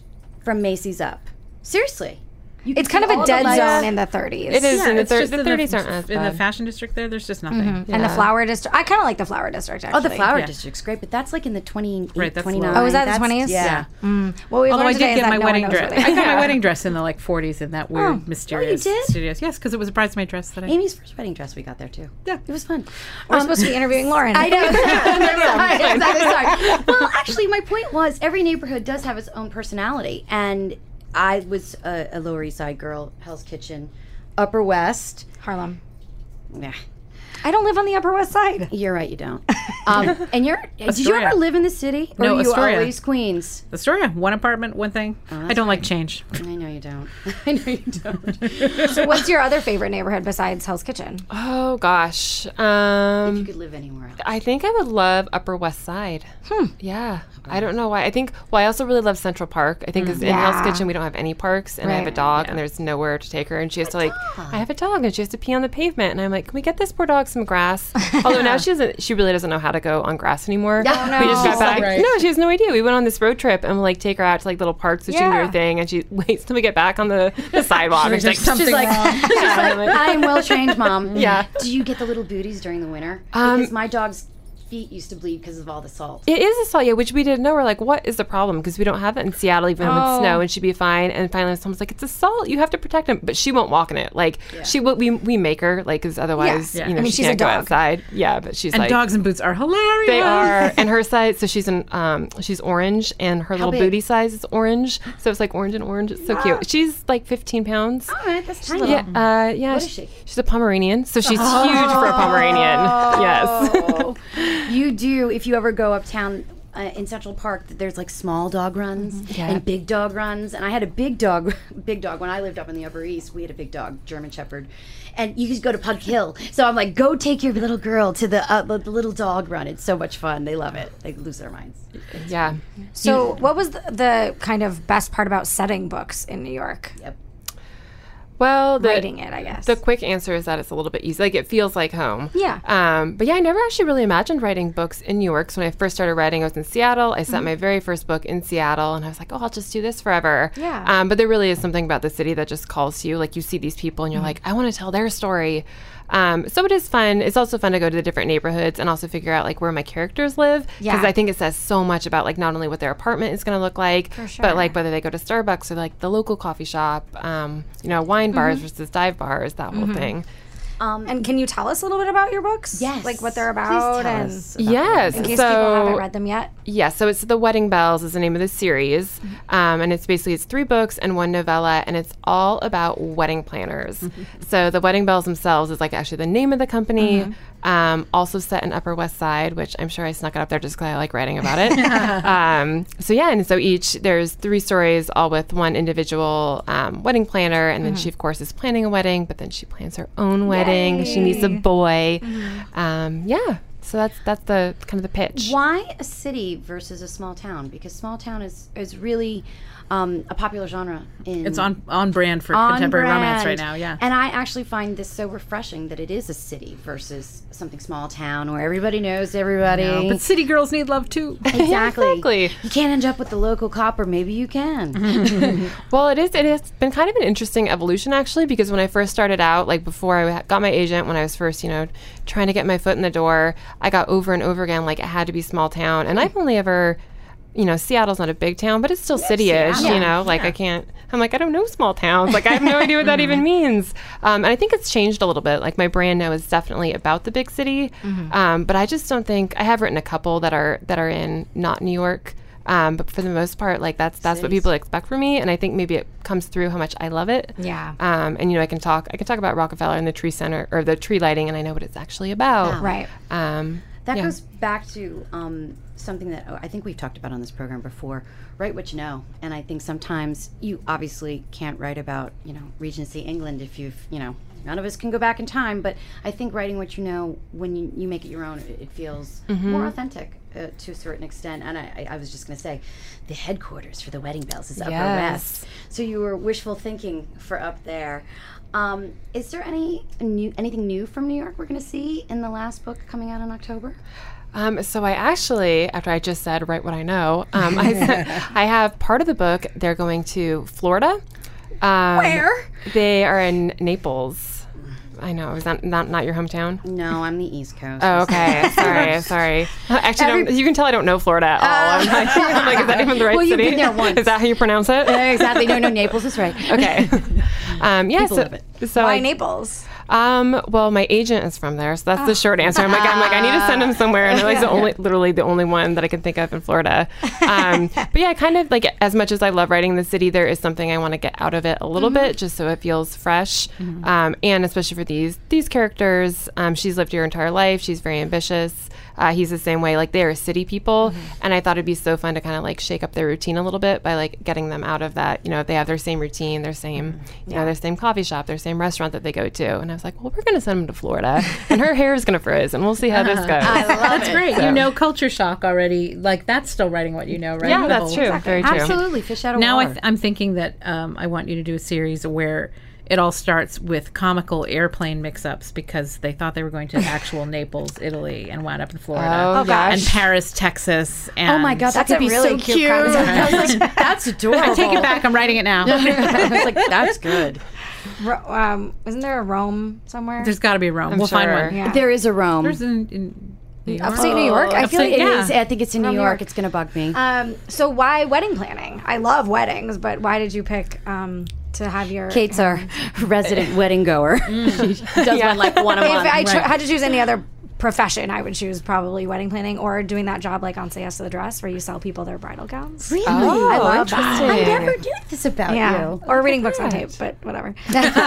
From Macy's up, seriously, You
It's
can
kind
see
of a
all the
dead
lights.
zone in the 30s.
It is in the,
it's
thir-
just
the
in
30s aren't as
in the
bad.
fashion district. There, there's just nothing.
And the flower district. I kind of like the flower district actually.
Oh, the flower
Yeah.
district's great, but that's like in the 28,
Right, that's
29.
low. Oh,
is that the
That's-
20s?
Yeah.
What we
Although I
learned today
did
is
get
that
my
no one
wedding
knows
dress.
what
I
they-
got my wedding dress in the like 40s in that weird mysterious
did?
studios. Yes, because it was a bridesmaid dress that I.
Amy's first wedding dress we got there too. Yeah. It was fun.
We're supposed to be interviewing Lauren.
I know. sorry, exactly. Sorry. Well, actually, my point was every neighborhood does have its own personality, and I was a, a Lower East Side girl, Hell's Kitchen, Upper West.
Harlem.
Nah,
I don't live on the Upper West Side.
you're right, you don't. Um, and you're. Did you
Astoria.
ever live in the city? Or
No,
were you
Astoria.
always Queens?
Astoria, one apartment, one thing. I don't like change.
I know you don't. I know you don't.
So what's your other favorite neighborhood besides Hell's Kitchen?
Oh gosh. Um,
You could live anywhere else.
I think I would love Upper West Side. Yeah. I don't know why. I think, well, I also really love Central Park. I think 'cause in Hell's
Yeah.
Kitchen, we don't have any parks, and I have a
Right.
dog, and there's nowhere to take her. And she has to, like, I have a dog, and she has to pee on the pavement. And I'm like, can we get this poor dog some grass? Although now she doesn't, she really doesn't know how to go on grass anymore.
no.
We just got
She's
back.
right.
No, she has no idea. We went on this road trip and, like, take her out to, like, little parks so she can do
Yeah.
her thing. And she waits till we get back on the, the sidewalk. and she's like,
something wrong.
"Yeah." And I'm like,
I am well trained, mom.
Yeah.
Do you get the little booties during the winter?
Um,
because my dog's feet used to bleed because of all the salt.
It is a salt, yeah, which we didn't know. We're like, what is the problem? Because we don't have that in Seattle, even
Oh.
with snow, and she'd be fine. And finally, someone's like, it's a salt. You have to protect him, but she won't walk in it. Like she will. We we make her like, because otherwise,
Yeah.
you know,
I mean,
she
she's a
can't go
dog.
outside. Yeah, but she's
And
like.
dogs and boots are hilarious.
They are, and her size. So she's an, um, she's orange, and her little
big?
booty size is orange. So it's like orange and orange. It's so cute. She's like 15 pounds.
Oh,
All right, that's tiny.
Yeah, uh, yeah.
What is
she-
she?
She's a Pomeranian, so she's
Oh.
huge for a Pomeranian. Yes.
You do if you ever go uptown uh, in Central Park. There's like small dog runs
Mm-hmm.
and big dog runs. And I had a big dog, big dog when I lived up in the Upper East. We had a big dog, German Shepherd, and you could go to Pug Hill. So I'm like, go take your little girl to the, uh, the little dog run. It's so much fun. They love it. They lose their minds.
yeah.
So what was the, the kind of best part about setting books in New York?
Well, the,
Writing it, I guess.
The quick answer is that it's a little bit easy. Like it feels like home.
Yeah.
Um, but yeah, I never actually really imagined writing books in New York. So when I first started writing, I was in Seattle. I
Mm-hmm.
sent my very first book in Seattle, and I was like, oh, I'll just do this forever.
Yeah.
Um, but there really is something about the city that just calls to you. Like you see these people,
Mm-hmm.
and you're like, I want to tell their story. Um, so it is fun. It's also fun to go to the different neighborhoods and also figure out like where my characters live because
Yeah.
I think it says so much about like not only what their apartment is going to look like, but like whether they go to Starbucks or like the local coffee shop, um, you know, wine bars
Mm-hmm.
versus dive bars, that whole thing.
Um, and can you tell us a little bit about your books?
Yes.
Like what they're
Please
about
tell
and
us.
Yes.
in case
so
people haven't read them yet.
yeah, so it's the Wedding Bells is the name of the series, um, and it's basically it's three books and one novella, and it's all about wedding planners. so the Wedding Bells themselves is like actually the name of the company. Um, also set in Upper West Side, which I'm sure I snuck it up there just because I like writing about it. um, so yeah, and so each there's three stories, all with one individual um, wedding planner, and then she of course is planning a wedding, but then she plans her own wedding. 'cause She needs a boy. Um, yeah, so that's that's the kind of the pitch.
Why a city versus a small town? Because small town is is really um, a popular genre in
It's on on brand for
on
contemporary romance right
brand.
now. Yeah.
And I actually find this so refreshing that it is a city versus something small town where everybody knows everybody.
but city girls need love too.
exactly.
Exactly.
You can't end up with the local cop, or maybe you
Mm-hmm.
can.
Well, it is. It has been kind of an interesting evolution, actually, because when I first started out, like before I ha- got my agent, when I was first, you know, trying to get my foot in the door, I got over and over again like it had to be small town, and I've only ever. You know, Seattle's not a big town, but it's still city-ish. You know, like I can't. I'm like I don't know small towns. Like I have no idea what that even means. Um, and I think it's changed a little bit. Like my brand now is definitely about the big city, um, but I just don't think I have written a couple that are that are in not New York. Um, but for the most part, like that's that's what people expect from me, and I think maybe it comes through how much I love it.
Yeah.
Um, and you know, I can talk I can talk about Rockefeller and the tree center or the tree lighting, and I know what it's actually about.
Right.
Um,
That goes back to um, something that oh, I think we've talked about on this program before. Write what you know, and I think sometimes you obviously can't write about you know Regency England if you've you know none of us can go back in time. But I think writing what you know when you, you make it your own, it, it feels more authentic. Uh, to a certain extent, and I, I I was just going to say, the headquarters for the Wedding Bells is Upper West. So you were wishful thinking for up there. Um, is there any new anything new from New York we're going to see in the last book coming out in October?
Um, so I actually, after I just said write what I know, um, I, I have part of the book. They're going to Florida. Um,
Where?
They are in Naples. I know. Is that not, not your hometown?
No, I'm the East Coast.
Oh, okay. sorry. Sorry. Actually, I don't, you can tell I don't know Florida at all. I'm, like, I'm like, is that even the right
Uh, Well, you've
city?
been there once.
Is that how you pronounce it?
exactly. No, no, Naples is right.
Okay. Um, yeah.
People
so,
love
so
Why
I-
Naples?
Um, well, my agent is from there, so that's the
Ah.
short answer. I'm like, I'm like, I need to send him somewhere, and like the only, literally the only one that I can think of in Florida. Um, but yeah, kind of like as much as I love writing in the city, there is something I want to get out of it a little
Mm-hmm.
bit, just so it feels fresh, um, and especially for these these characters. Um, she's lived her entire life. She's very ambitious. Uh, he's the same way. Like they are city people, and I thought it'd be so fun to kind of like shake up their routine a little bit by like getting them out of that. You know, they have their same routine, their same, you know, their same coffee shop, their same restaurant that they go to. And I was like, well, we're gonna send them to Florida, and her hair is gonna frizz, and we'll see how this goes.
That's great. You know, culture shock already. Like that's still writing what you know, right?
yeah,
The
that's
whole-
true. Very true.
Absolutely, fish out of
Now I
water.
th- I'm thinking that um, I want you to do a series where it all starts with comical airplane mix-ups because they thought they were going to actual Naples, Italy, and wound up in Florida.
Oh,
and
gosh.
Paris, Texas. And
oh my god, that
That's
could
a
be
really
so
cute
cute.
concept.
I was like, that's adorable.
I take it back. I'm writing it now.
I was like, that's good.
Ro- um, isn't there a Rome somewhere?
There's got to be a Rome. we'll find
sure.
one.
Yeah.
There is a Rome.
There's in, in New York.
Oh, Upstate New York. I feel
Upstate-
like
It
it
yeah.
is.
is- I think it's in New York. It's going to bug me.
Um, so why wedding planning? I love weddings, but why did you pick um, to have your
Kate's our resident wedding goer. Mm. she does one like one a
If
month.
I cho- had to choose any other profession, I would choose probably wedding planning or doing that job like on Say Yes to the Dress, where you sell people their bridal gowns.
really?
Oh,
I love that.
interesting.
I never knew this about
Yeah,
you.
or reading books on tape, but whatever.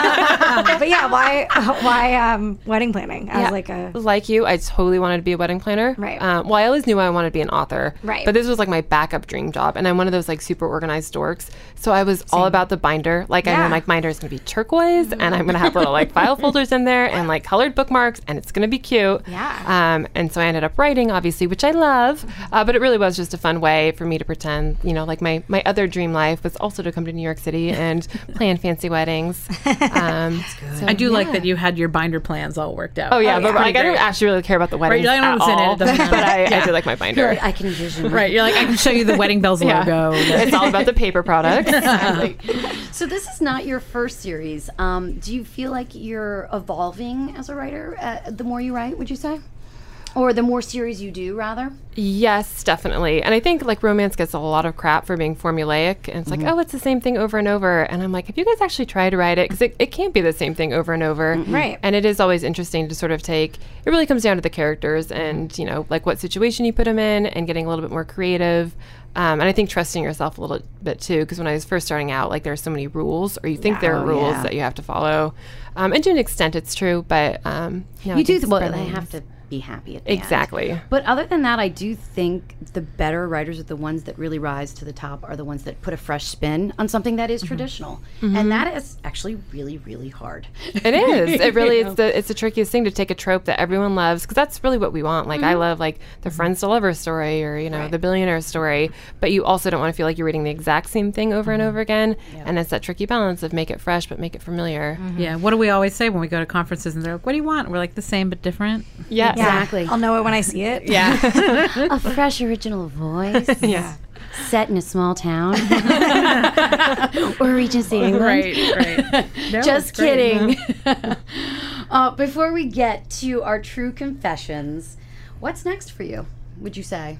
but yeah, why why um, wedding planning as
Yeah.
like a
like you, I totally wanted to be a wedding planner.
Right.
Um, well, I always knew I wanted to be an author.
Right.
But this was like my backup dream job, and I'm one of those like super organized dorks. So I was all about the binder. Like I
Yeah. Mm-hmm.
know my binder is gonna be turquoise, and I'm gonna have little like file folders in there, and like colored bookmarks, and it's gonna be cute.
Yeah. Mm-hmm.
Um, and so I ended up writing, obviously, which I love. Uh, but it really was just a fun way for me to pretend, you know, like my my other dream life was also to come to New York City and plan fancy weddings. Um, so-
I do like that you had your binder plans all worked out.
Oh yeah, but
Pretty
like I don't
great.
actually really care about the wedding
Right, I
at
don't understand it, it
all.
doesn't
but I, I do like my binder.
I can envision.
Right, you're like I can show you the wedding bells
Yeah.
logo.
it's all about the paper products.
So this is not your first series. Um, do you feel like you're evolving as a writer uh, the more you write? Would you say, or the more series you do, rather?
yes, definitely. And I think like romance gets a lot of crap for being formulaic, and it's
Mm-hmm.
like, oh, it's the same thing over and over. And I'm like, have you guys actually tried to write it? Because it, it can't be the same thing over and over.
Right.
And it is always interesting to sort of take. It really comes down to the characters and you know like what situation you put them in, and getting a little bit more creative. Um, and I think trusting yourself a little bit too, because when I was first starting out, like there are so many rules, or you think there are rules that you have to follow. Um, and to an extent, it's true, but um, no, I
you do
think
well.
spreading-
They have to be happy at the end.
exactly.
But other than that, I do think the better writers are the ones that really rise to the top are the ones that put a fresh spin on something that is traditional. And that is actually really, really hard.
It is. It really is. The, it's the trickiest thing to take a trope that everyone loves because that's really what we want. Like
Mm-hmm.
I love like the friends to lover story or you know the billionaire story, but you also don't want to feel like you're reading the exact same thing over
Mm-hmm.
and over again. And it's that tricky balance of make it fresh but make it familiar.
Mm-hmm.
Yeah. What do we always say when we go to conferences and they're like, "What do you want?" We're like the same but different.
Yeah.
Exactly.
I'll know it when I see it. Yeah,
a fresh original voice.
Yeah.
Set in a small town or Regency England.
Right.
Just kidding. uh, before we get to our true confessions, what's next for you? Would you say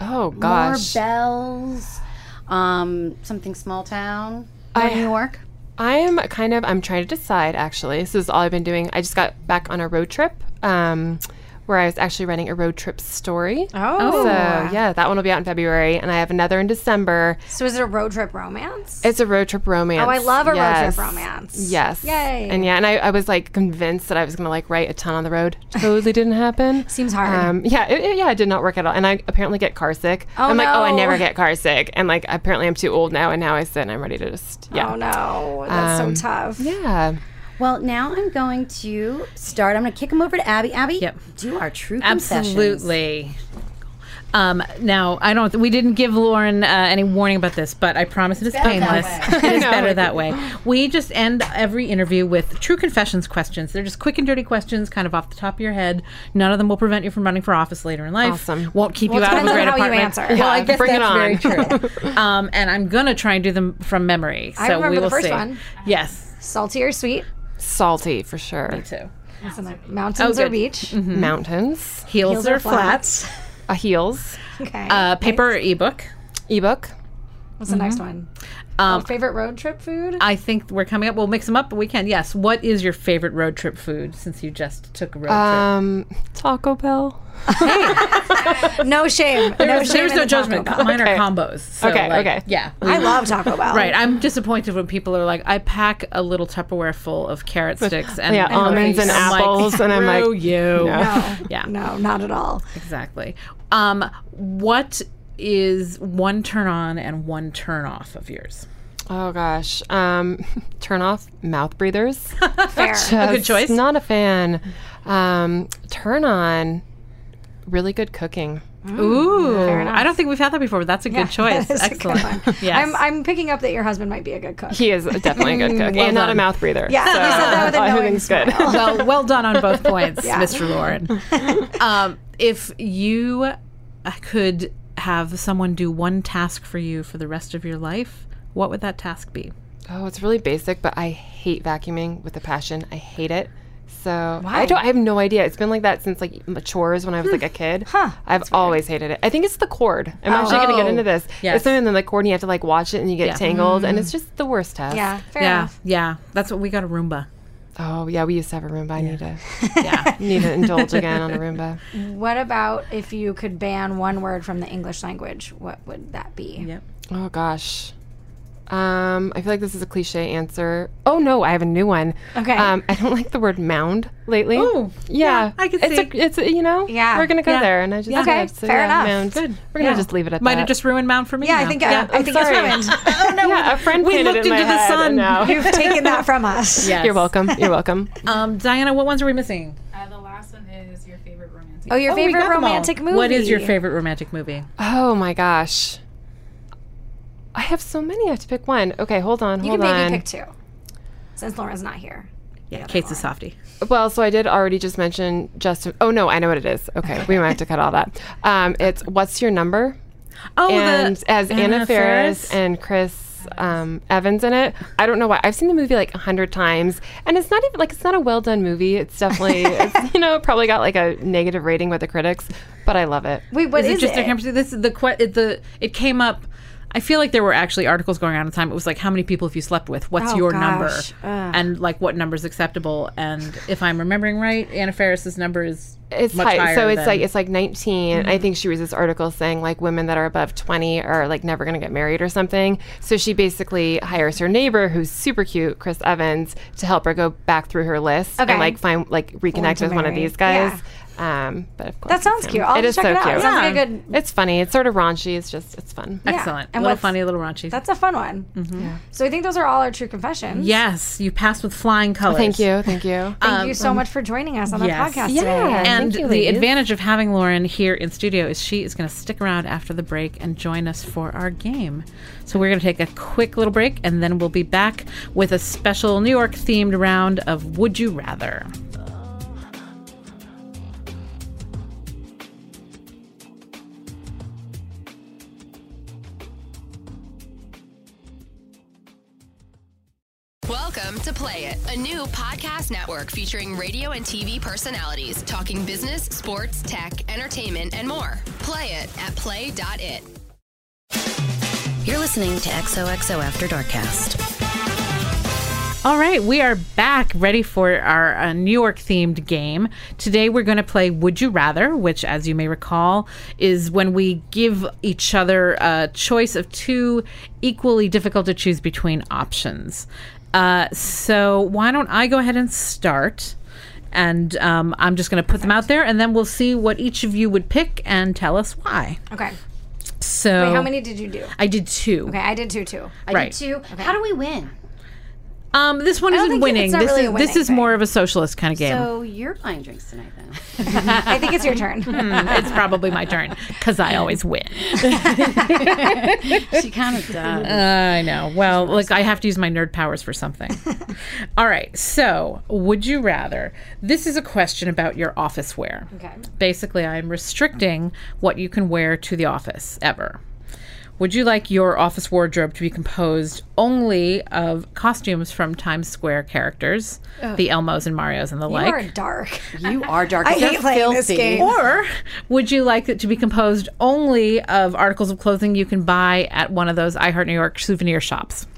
Oh gosh.
more bells? Um, something small town, or
I-
New York.
I am kind of I'm trying to decide actually. This is all I've been doing. I just got back on a road trip. Um, where I was actually writing a road trip story.
Oh.
So, yeah, that one will be out in February. And I have another in December.
So is it a road trip romance?
It's a road trip romance.
Oh, I love a road
Yes.
trip romance.
Yes.
Yay.
And yeah, and I, I was like convinced that I was gonna like write a ton on the road. Totally didn't happen.
Seems hard.
Um, yeah, it, it- yeah, it did not work at all. And I apparently get car sick.
Oh,
I'm like, oh, I
no.
never get car sick. And like, apparently I'm too old now. And now I sit and I'm ready to just yeah.
Oh no, that's
Um,
so tough.
Yeah.
Well, now I'm going to start. I'm going to kick them over to Abby. Abby,
Yep.
do our true confessions.
Absolutely. Um, now I don't. We didn't give Lauren uh, any warning about this, but I promise it is painless. it is better that way. We just end every interview with true confessions questions. They're just quick and dirty questions, kind of off the top of your head. None of them will prevent you from running for office later in life.
Awesome.
Won't keep you
Well, it
out of a
depends on
great
how you
apartment.
answer.
Well, I
Yeah,
guess
bring it
that's
on.
very true. um, and I'm gonna try and do them from memory. So
I remember
we
the
will
first
see.
one.
Yes,
Salty or sweet?
Salty for sure. Mm-hmm.
too.
It's in the mountains
Oh,
or
good.
beach?
Mountains.
Heels,
Heels
or,
or flats.
flats.
Uh, heels.
Okay.
Uh, paper or ebook.
Ebook.
What's the next one?
Um,
Oh, favorite road trip food?
I think we're coming up. We'll mix them up, but we can. Yes. What is your favorite road trip food since you just took a road
Um, Taco Bell.
no shame. no
trip?
shame
There's
in
no
the Taco
judgment.
Bell.
Mine
Okay.
are combos. So
Okay,
like,
okay.
Yeah. we-
I love Taco Bell.
right. I'm disappointed when people are like, I pack a little Tupperware full of carrot sticks and
yeah, almonds and
I'm like,
apples, and I'm like,
"Screw you.
No.
Yeah.
No, not at all.
Exactly. Um, what is one turn on and one turn off of yours?
Oh gosh. Um, turn off mouth breathers.
Fair.
a
good choice.
Not a fan. Um, turn on really good cooking.
Ooh. I don't think we've had that before, but that's a good choice.
That is a good
Excellent.
one.
Yes.
I'm, I'm picking up that your husband might be a good cook.
He is definitely a good cook and not a mouth breather.
Yeah, you said that with a knowing
everything's good.
smile.
well, well done on both points, Mr. Lauren. Um, if you could have someone do one task for you for the rest of your life, what would that task be?
Oh, it's really basic, but I hate vacuuming with a passion. I hate it. So I don't. I have no idea. It's been like that since like m- chores when I was like a kid. Huh. I've always hated it. I think it's the cord. I'm actually going to get into this.
Yes.
It's something that the cord and you have to like watch it and you get tangled and it's just the worst test.
Yeah, fair
Yeah,
enough.
yeah, that's what we got a Roomba.
Oh yeah, we used to have a Roomba. I need to
Yeah.
need to indulge again on a Roomba.
What about if you could ban one word from the English language? What would that be?
yep.
Oh gosh. Um, I feel like this is a cliche answer. Oh no, I have a new one.
Okay.
Um, I don't like the word mound lately.
Ooh,
yeah,
yeah, I can
it's
see.
A, it's a, you know.
Yeah.
We're gonna go
Yeah.
there, and I just
Yeah.
Okay, fair enough.
Good. We're gonna
Yeah.
just leave it at
Might
that.
have just ruined Mount for me.
Yeah, I
now.
think uh, I think
sorry.
it's ruined.
yeah, a friend
we
painted
looked
it in my
into the
head, and
sun.
now-
You've taken that from us.
Yes.
You're welcome. You're welcome.
Um, Diana, what ones are we missing?
Uh, the last one is your favorite romantic.
Oh, your
Oh, we got
favorite
them all.
romantic movie?
What is your favorite romantic movie?
oh my gosh. I have so many. I have to pick one. Okay, hold on.
You
hold
can maybe
on.
pick two, since Lauren's not here.
Yeah, Kate's a softie.
Well, so I did already just mention Justin. Oh no, I know what it is. Okay, we might have to cut all that. Um, it's what's your number?
Oh,
and
the
as Anna, Faris and Chris um, Evans in it. I don't know why. I've seen the movie like a hundred times, and it's not even like it's not a well done movie. It's definitely it's, you know it probably got like a negative rating with the critics, but I love it.
Wait, what
Is
is,
it just
it?
a conversation? This is the que- it, the it came up. I feel like there were actually articles going around at the time. It was like, how many people have you slept with? What's
Oh,
your
gosh.
number?
Ugh.
And like, what number is acceptable? And if I'm remembering right, Anna Ferris's number is
It's
much
high,
higher.
so it's
than-
like it's like 19.
Mm-hmm.
I think she was this article saying like women that are above 20 are like never going to get married or something. So she basically hires her neighbor who's super cute, Chris Evans, to help her go back through her list
Okay.
and like find like reconnect
to
with one of
marry.
these guys. Um, but of course
That
it's
sounds
him.
cute. I'll
It
just
is
check
so
it out.
cute.
Sounds like a good.
It's funny. It's sort of raunchy. It's just it's fun.
yeah.
excellent,
And
little
what's-
funny, little raunchy.
That's a fun one. So I think those are all our true confessions.
yes, you passed with flying colors.
Thank you. Thank you.
Thank you so much for joining us on the
yes.
podcast
Yeah.
today.
And
Thank you,
the
ladies.
advantage of having Lauren here in studio is she is going to stick around after the break and join us for our game. So we're going to take a quick little break and then we'll be back with a special New York themed round of Would You Rather.
Welcome to Play It, a new podcast network featuring radio and TV personalities talking business, sports, tech, entertainment, and more. Play it at play.it.
You're listening to XOXO After Darkcast.
All right, we are back ready for our uh, New York themed game. Today we're going to play Would You Rather, which, as you may recall, is when we give each other a choice of two equally difficult to choose between options. Uh, so, why don't I go ahead and start? And um, I'm just going to put them out there, and then we'll see what each of you would pick and tell us why.
Okay.
So,
How many did you do?
I did two.
Okay, I did two too.
I
Right.
did too. How do we win?
Um, this one
don't
isn't
think it-
winning.
it's not
this
really
is
a
this
winning
is
thing.
more of a socialist kind of game.
So you're buying drinks tonight, then.
I think it's your turn.
it's probably my turn because I always win.
she kind of does.
I know. Well, look, I have to use my nerd powers for something. All right. So, would you rather? This is a question about your office wear.
Okay.
Basically, I'm restricting what you can wear to the office ever. Would you like your office wardrobe to be composed only of costumes from Times Square characters, the Elmos and Marios and the like?
You are dark.
You are dark.
I
They're
hate playing this
filthy.
game.
Or would you like it to be composed only of articles of clothing you can buy at one of those I Heart New York souvenir shops?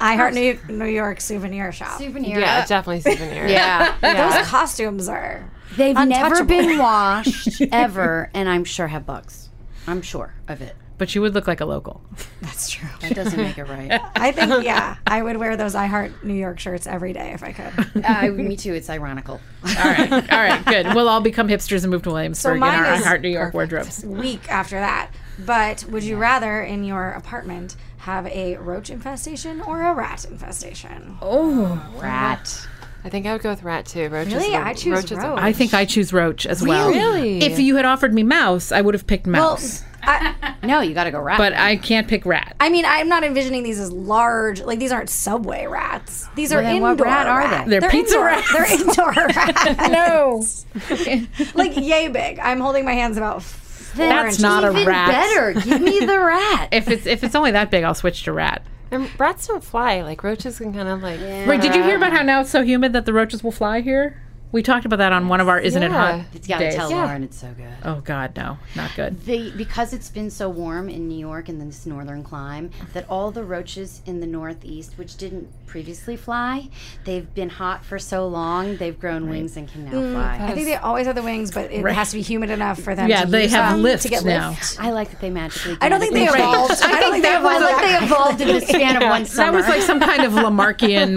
I Heart New, New York souvenir shop.
Souvenir.
Yeah, Uh, definitely souvenir.
Yeah.
Those costumes are.
They've never
Untouchable.
been washed ever, and I'm sure have bugs. I'm sure of it.
But you would look like a local.
That's true.
That doesn't make it right.
I think yeah, I would wear those I Heart New York shirts every day if I could.
Uh, me too. It's ironical.
All right. All right. Good. We'll all become hipsters and move to Williamsburg in
mine
our I
is
Heart New York wardrobes.
Week after that. But would you rather in your apartment have a roach infestation or a rat infestation?
Rat.
I think I would go with rat too. Roaches
Really?
are-
I choose
roaches are-
roach.
I think I choose Roach as well.
Really?
If you had offered me Mouse, I would have picked Mouse.
I,
No, you got to go rat.
but I can't pick Rat.
I mean, I'm not envisioning these as large. Like these aren't subway rats. These are
then
indoor.
what rat are
rats.
they?
They're pizza
indoor,
rats.
They're indoor rats. no. like yay big. I'm holding my hands about. Four
That's
inches.
not a
even
rat.
better. Give me the rat.
If it's if it's only that big, I'll switch to Rat.
And rats don't fly. Like roaches can kind of like.
Wait, did you hear about how now it's so humid that the roaches will fly here? We talked about that on one of our Isn't It
Yeah.
Hot?
It's got to
days.
tell
Yeah.
Lauren it's so good.
Oh, God, no. Not good.
They, because it's been so warm in New York in this northern clime that all the roaches in the northeast, which didn't previously fly, they've been hot for so long they've grown wings and can now
I
fly.
think they always have the wings, but it has to be humid enough for them.
Yeah,
to
they
use
have
them
lift
to get
now.
lift.
I like that they magically.
I don't
do
think they
it.
evolved. I don't think they
I
evolved.
like they evolved in the span of one
That
summer.
was like some kind of Lamarckian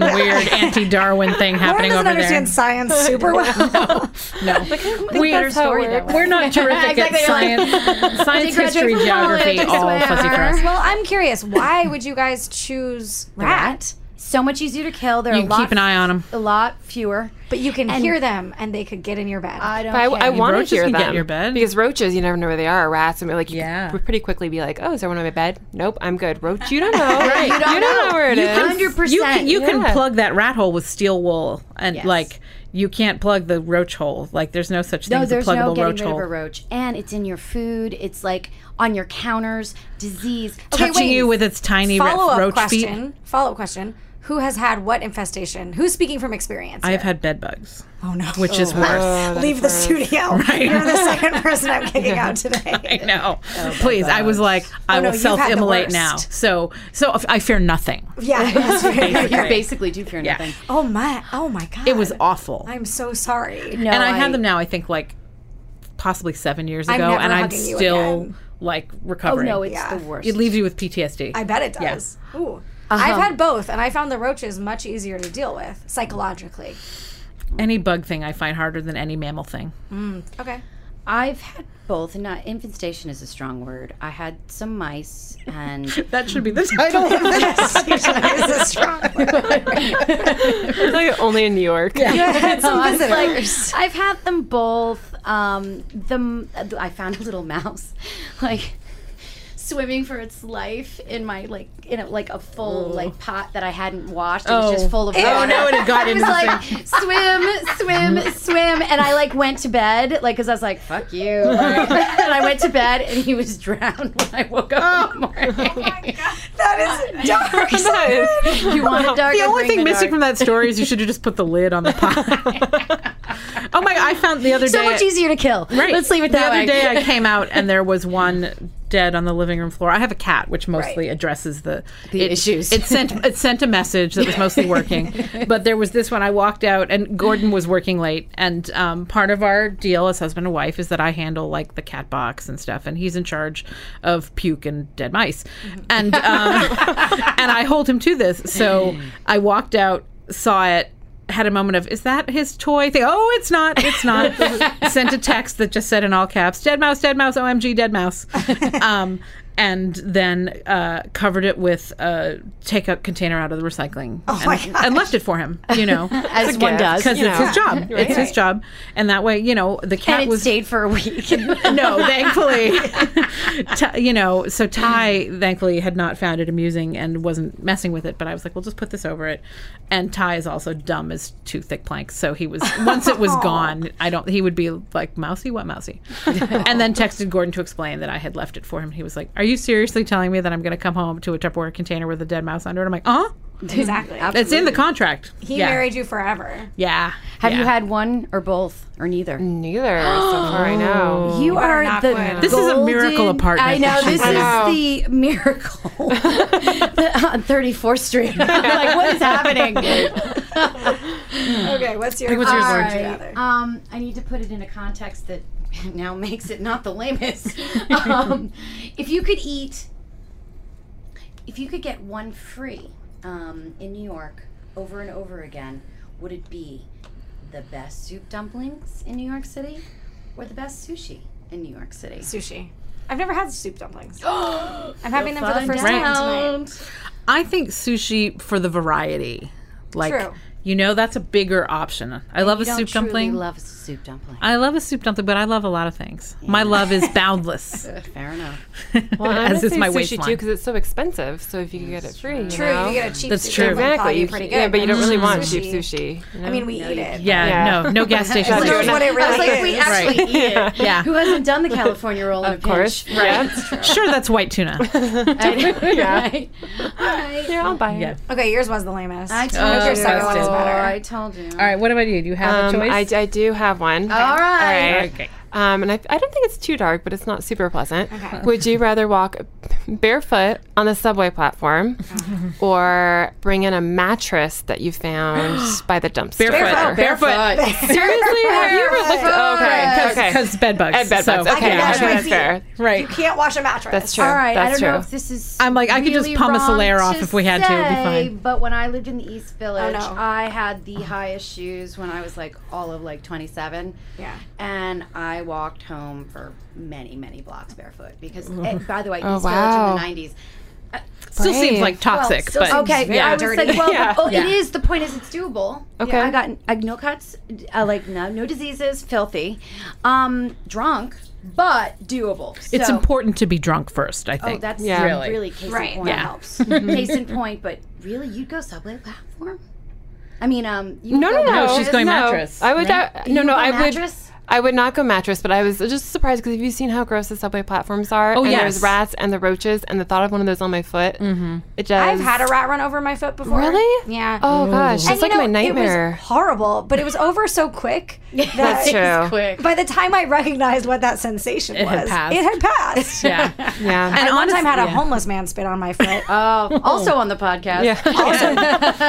weird anti-Darwin thing
Lauren
happening
doesn't
over
understand
there.
science super well.
No, we are
story that way.
we're not terrific at science, science, history, geography, all fuzzy for us.
well, I'm curious. Why would you guys choose rat?
rat. So much easier to kill. They're
You
a
can
lot,
keep an eye on them.
A lot fewer.
But you can hear them, and they could get in your bed.
I don't.
But I,
care.
I want to
roaches
hear
can
them
get in your bed.
because roaches, you never know where they are. Rats, I mean, like you
Yeah.
could pretty quickly be like, "Oh, is there one in my bed?" Nope, I'm good. Roach, you don't know. right. You don't, know where it is.
Hundred
You can,
percent.
you can
Yeah.
plug that rat hole with steel wool, and
Yes.
like you can't plug the roach hole. Like there's no such thing
No,
as a
Oh, there's no
pluggable
getting
roach
rid of
hole.
a roach, and it's in your food. It's like on your counters. Disease.
Okay,
Touching
wait.
you with its tiny ro-
Follow up
roach
question.
feet.
Follow up question. Who has had what infestation? Who's speaking from experience?
I've had bed bugs,
oh no!
which is worse.
Leave the studio. You're the second person I'm kicking out today.
I know. Please, I was like, I
Oh, no,
will
you've had the
self-immolate now.
worst.
So, so I fear nothing.
Yeah. that's right.
You basically do fear
Yeah.
nothing.
oh my! Oh my God!
It was awful.
I'm so sorry.
No,
and I, had them now. I think like possibly seven years ago,
I'm never
and I'm
hugging you
still
again.
like
Oh
recovering.
no, it's
Yeah.
the worst.
it leaves you with PTSD.
I bet it does. Ooh.
Uh-huh.
I've had both, and I found the roaches much easier to deal with psychologically.
Any bug thing I find harder than any mammal thing.
Okay.
I've had both. and Not infestation is a strong word. I had some mice and
That should be the title. of this.
It's like only in New York.
I was like, I've had them both. Um, the m- I found a little mouse, like swimming for its life in my like in a, like a full like pot that I hadn't washed. It was
Oh.
just full of.
oh
water.
no, it had got
I was
into the
like,
thing.
swim, swim, swim, and I like went to bed, like, cause I was like, "Fuck you," and I went to bed, and he was drowned when I woke up. in
Oh.
the morning.
That is dark.
you want a dark?
The
I
only
bring
thing
the
missing
dark.
from that story is you should have just put the lid on the pot. oh my! I found the other
so
day.
much easier to kill.
Right.
Let's leave it
the
that
other
way.
day I came out and there was one dead on the living room floor. I have a cat, which mostly addresses the, the
issues.
It sent it sent a message that was mostly working, but there was this one. I walked out, and Gordon was working late. And um, part of our deal as husband and wife is that I handle like the cat box and stuff, and he's in charge of puke and dead mice, and um, and I hold him to this. So
Mm.
I walked out, saw it, had a moment of is that his toy thing oh it's not it's not sent a text that just said in all caps dead mouse dead mouse omg dead mouse um, and then uh, covered it with a takeout container out of the recycling and, and left it for him you know
Oh as one does.
because
you
it's
know.
his job it's his job and that way you know the cat
and it
was
stayed for a week.
no, thankfully, Ty- you know. So Ty, thankfully, had not found it amusing and wasn't messing with it. But I was like, "We'll just put this over it." And Ty is also dumb as two thick planks, so he was once it was gone. I don't. He would be like, "Mousy, what mousy?" and then texted Gordon to explain that I had left it for him. He was like, "Are you seriously telling me that I'm going to come home to a Tupperware container with a dead mouse under it?" I'm like, "Uh,
Exactly.
it's in the contract."
He
yeah.
married you forever.
Yeah.
Have you
Yeah.
had one or both or neither?
Neither, so far I know.
You are
knock
the
wood.
This is a miracle
golden-
apartment
I know
that
this
she's
is the miracle on Thirty Fourth Street. I'm like, what is happening?
Okay, what's your
what's yours,
All
Orange?
right.
Um, I need to put it in a context that now makes it not the lamest. um, if you could eat, if you could get one free um, in New York over and over again, would it be the best soup dumplings in New York City or the best sushi in New York City?
Sushi. I've never had soup dumplings. I'm having them for the
Find
first time tonight.
out.
I think sushi for the variety. Like
True.
you know, that's a bigger option. I love a
You don't
soup
truly
dumpling.
Love soup dumpling.
I love a soup dumpling, but I love a lot of things. My love is boundless.
Fair enough.
Well,
as
I'm gonna
is
say
my
sushi
waistline.
too because it's so expensive. So if you can get it free,
True,
you know?
if you get a cheap
That's
sushi,
true.
it's probably
exactly. You
pretty good.
can,
Mm-hmm.
yeah, but you don't really want cheap
Sushi.
sushi.
I mean, we eat it.
yeah,
Yeah.
no, no gas station.
Who knows
Sure.
what it really
I was like,
is?
we actually eat it.
Yeah.
Who hasn't done the California roll in a
of course,
pinch?
yeah.
sure, that's white tuna.
Right. right.
yeah, I'll buy it.
Yeah.
Okay, yours was the lamest.
I told
Oh,
you.
your second one is
better.
I told you.
All right, what about you? Do you have
Um,
a
I,
choice?
I do have one.
All right.
Okay.
Um, and I, I don't think it's too dark, but it's not super pleasant. Would you rather walk barefoot on a subway platform or bring in a mattress that you found by the dumpster?
Barefoot. Barefoot.
Seriously? Have you ever looked? Okay. Okay.
Because bed bugs.
At bed bugs.
so-
Okay.
can
Yeah,
wash my
that's
feet.
fair.
Right.
Can't wash a mattress.
That's true.
All right, I
That's
don't
true.
know if this is.
I'm like, I could just
really
pumice a layer
wrong
off
to
if we had to, it'd be
say,
fine.
But when I lived in the
Oh,
East Village,
no.
I had the highest shoes when I was like all of like 27.
Yeah.
And I walked home for many, many blocks barefoot because, eh, by the way, East
Oh, wow.
Village in the 90s.
Still seems like toxic,
Well,
but
still- okay. I was like, well,
Yeah.
oh,
Yeah.
it is. The point is, it's doable.
Okay.
I got I, no cuts, uh, like no, no diseases, filthy, um, drunk, but doable.
it's
So-
important to be drunk first. I
Oh,
think.
that's
Yeah.
really, case
Right.
in point.
Yeah.
Helps. case in point, but really, you'd go subway platform. I mean, um, you
No, no, no.
No, she's going
no.
mattress,
I would. uh, no, no. I would.
mattress?
I would not go mattress, but I was just surprised because have you seen how gross the subway platforms are? Oh, and
yes.
there's rats and the roaches, and the thought of one of those on my foot. Mm-hmm. It
I've
does.
had a rat run over my foot before.
Really?
Yeah.
Oh gosh,
And
it's
you
like
know,
my
It
nightmare.
was horrible, but it was over so quick. That
That's true.
By the time I recognized what that sensation
had
was,
passed.
it had passed.
yeah.
Yeah.
I one
honest-
time had a
yeah.
homeless man spit on my foot.
Oh, also on the podcast.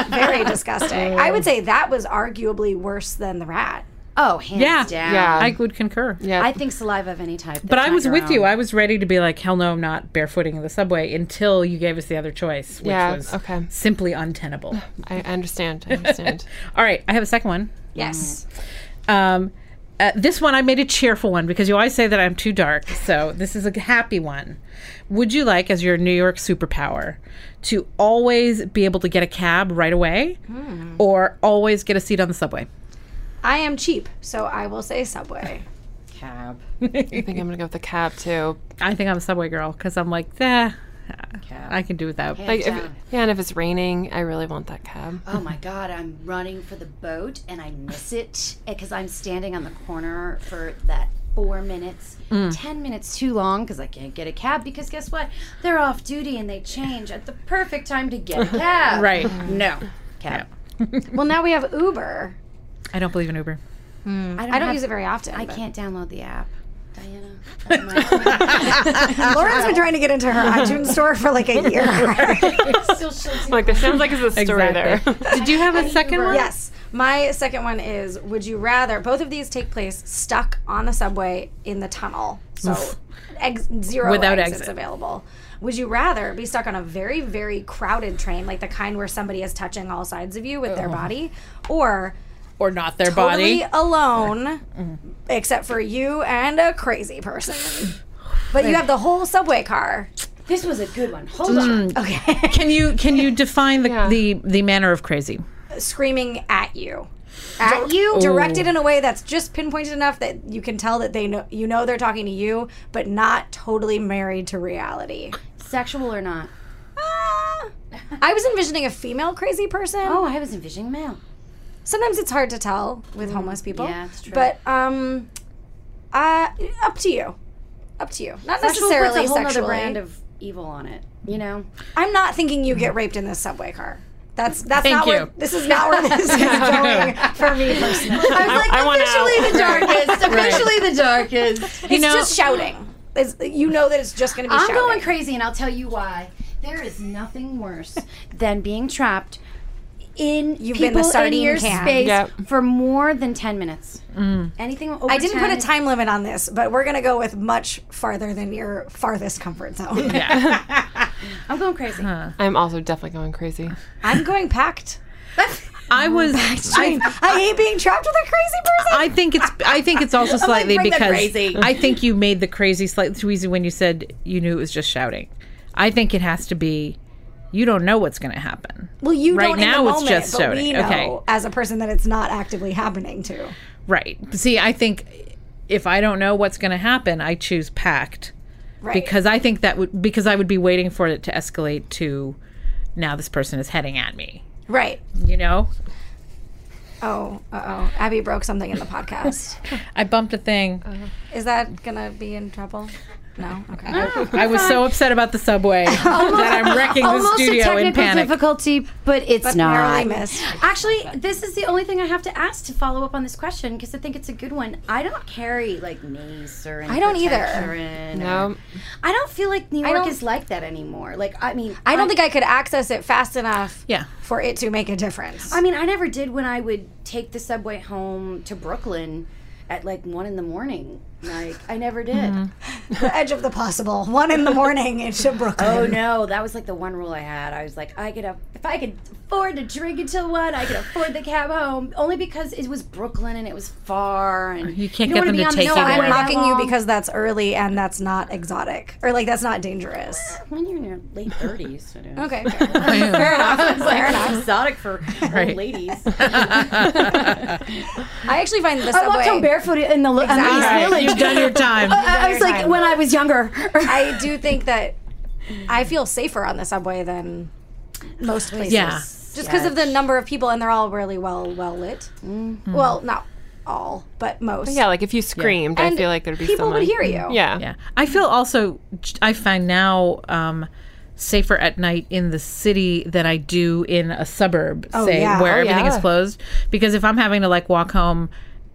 Very disgusting. I would say that was arguably worse than the rat.
Mm.
Oh, hands
Yeah.
down.
Yeah.
I would concur.
yeah.
I think saliva of any type.
But I was with you. I was ready to be like, hell no, I'm not barefooting in the subway until you gave us the other choice, which
Yeah,
was
okay.
simply untenable.
I I understand. I understand.
All right, I have a second one.
Yes.
Um, uh, this one I made a cheerful one because you always say that I'm too dark. So this is a happy one. Would you like, as your New York superpower, to always be able to get a cab right away or always get a seat on the subway?
I am cheap, so I will say Subway.
cab.
I think I'm gonna go with the cab too.
I think I'm a subway girl because I'm like, eh, I can do without.
Like, if,
down.
yeah, and if it's raining, I really want that cab.
Oh my God, I'm running for the boat and I miss it because I'm standing on the corner for that four minutes, 10 minutes too long because I can't get a cab because guess what? They're off duty and they change at the perfect time to get a cab.
Right.
No. Cab.
well, now we have Uber.
I don't believe in Uber.
I don't,
I don't
have-
use it very often.
I
but-
can't download the app. Diana.
Lauren's been trying to get into her iTunes store for like a year.
Still shoots.
Like, there sounds like there's a story there.
Did you have a second one?
Yes. My second one is Would you rather? Both of these take place stuck on the subway in the tunnel. So ex- zero
Without
exits
exit.
available. Would you rather be stuck on a very, very crowded train, like the kind where somebody is touching all sides of you with their body, or
Or not their
totally
body?
alone,
Mm-hmm.
except for you and a crazy person? But you have the whole subway car.
This was a good one. Hold on.
Okay.
Mm. Can you can you define the the, the manner of crazy?
screaming at you. At you, directed in a way that's just pinpointed enough that you can tell that they know you know they're talking to you, but not totally married to reality.
Sexual or not?
Ah. I was envisioning a female crazy person.
Oh, I was envisioning male.
Sometimes it's hard to tell with homeless people.
yeah, it's true.
But um, uh, up to you, up to you.
Sexual
Not
puts
necessarily
a whole nother
sexually.
brand of evil on it. You know.
I'm not thinking you get raped in this subway car. That's that's
Thank
not
you.
where this is not where this is going for me personally.
I was like,
I want
officially
out.
the darkest. Officially the darkest.
It's
know-
just shouting. It's, you know that it's just going to be
I'm
shouting.
going crazy, and I'll tell you why. There is nothing worse than being trapped in
You've been the
people in
sardine
your
can.
space
Yep.
for more than ten minutes. Anything over
I didn't
10
put a
is-
time limit on this, but we're going to go with much farther than your farthest comfort zone.
I'm going crazy.
I'm also definitely going crazy.
I'm going packed.
I was I,
I hate being trapped with a crazy person.
I think it's I think it's also slightly
bring the
because
crazy.
I think you made the crazy slightly too easy when you said you knew it was just shouting. I think it has to be you don't know what's going to happen.
well, you
right
don't
now
in the
it's
moment,
just
but
shouting.
we know
Okay.
as a person that it's not actively happening to.
Right. See, I think if I don't know what's going to happen, I choose packed
Right.
because I think that would because I would be waiting for it to escalate to now this person is heading at me.
right.
You know,
Oh, uh-oh. Abby broke something in the podcast.
I bumped a thing.
Is that going to be in trouble? No. Okay.
I was so upset about the subway that I'm wrecking the
Almost a
studio in
technical
panic.
difficulty, but it's not.
Narrowly missed.
Actually, this is the only thing I have to ask to follow up on this question because I think it's a good one. I don't carry like mace or any
I don't either.
protection or-
Um,
I don't feel like New York
don't-
is like that anymore. Like I mean,
I don't think I could access it fast enough
Yeah.
for it to make a difference.
I mean, I never did when I would take the subway home to Brooklyn at like one in the morning. Like I never did.
the edge of the possible. One in the morning into Brooklyn.
Oh no, that was like the one rule I had. I was like, I could af- if I could afford to drink until one, I could afford the cab home. Only because it was Brooklyn and it was far, and
You can't
don't wanna
get them
be
to
on the
take you
subway
there.
I'm
that
mocking you
long.
because that's early and that's not exotic, or like that's not dangerous.
when you're in your late thirties.
Okay, fair enough. Fair enough.
Exotic for old ladies.
I actually find the
I walked home
subway.
barefoot in the in the
Exactly.
East
Right.
Village.
You've done your time.
I I was like when I was younger.
I do think that I feel safer on the subway than most places.
Yeah.
Just because of the number of people, and they're all really well well lit.
Mm-hmm.
Well, not all, but most.
yeah, like if you screamed, I
And
feel like there'd be
people
someone.
would hear you.
Yeah.
Yeah. I feel also, I find now um, safer at night in the city than I do in a suburb, say,
yeah.
where
Oh,
everything is
yeah.
closed. Because if I'm having to like walk home,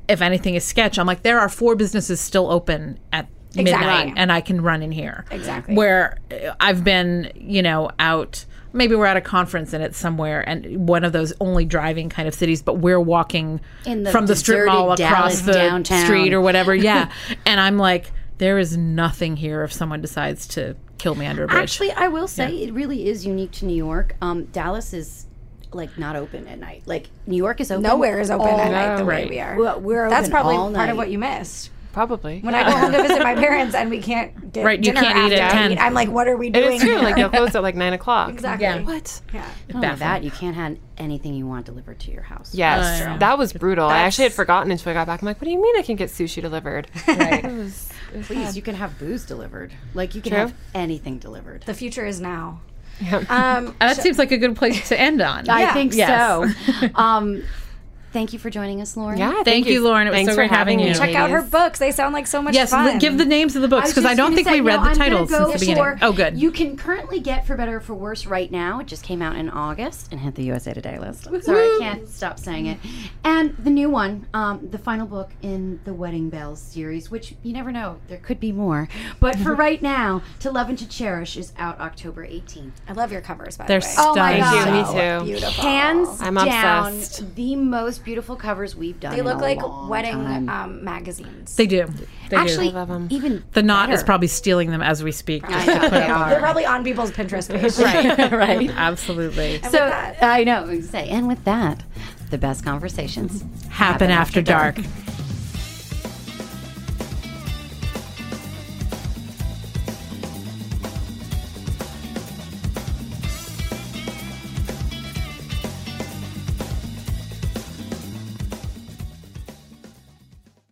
if anything is sketch, I'm like, there are four businesses still open at midnight and I can run in here. Exactly. Where uh, I've been, you know, out. Maybe we're at a conference and it's somewhere, and one of those only driving kind of cities, but we're walking
In the
from the strip
deserted
mall
Dallas
across the
downtown.
street or or whatever. Yeah. and I'm like, there is nothing here if someone decides to kill me under a bridge.
Actually, I will say it really is unique to New York. Um, Dallas is like not open at night. Like New York is open.
Nowhere is open
all
at night the
right.
way we are.
Well, we're
That's
open
probably
all
part
night.
of what you missed.
Probably.
When I go home to visit my parents and we can't get
Right, you
dinner
can't eat
after
at
I
10.
I'm like, what are we doing?
it is true. Like
here?
they'll close at like nine o'clock.
exactly.
Yeah.
What?
Yeah.
Not only oh, that, you can't have anything you want delivered to your house.
Yes, that was brutal. I actually had forgotten until I got back. I'm like, what do you mean I can get sushi delivered?
Please, you can have booze delivered. Like you can
True.
have anything delivered.
The future is now.
Yeah.
Um,
that seems like a good place to end on.
I think
Yes.
so. um, Thank you for joining us, Lauren.
Yeah,
Thank you, Lauren. It was
Thanks
so
for
great having you.
having you.
Check out her books. They sound like so much
Yes,
fun.
l- give the names of the books
was
because I
just
don't
gonna
think
say,
we read
no,
the
I'm gonna
titles
go
since the beginning.
for-
Oh, good.
You can currently get For Better or For Worse right now. It just came out in August and hit the USA Today list. Sorry, I can't stop saying it. And the new one, um, the final book in the Wedding Bells series, which you never know, there could be more. But for right now, To Love and to Cherish is out October 18th.
I love your covers, by
They're
the way.
Oh
stunning.
Thank you.
God.
Me
So
too.
Beautiful.
Hands
I'm
down,
obsessed.
the most beautiful covers we've done.
They
in
look
a
like
long time.
wedding um, magazines.
They do. They
Actually,
do.
love 'em.
even
the knot is
better.
probably stealing them as we speak.
I know, they are.
They're probably on people's Pinterest page.
right. Absolutely.
So
that.
I know. Say, and with that, the best conversations
Happen after dark.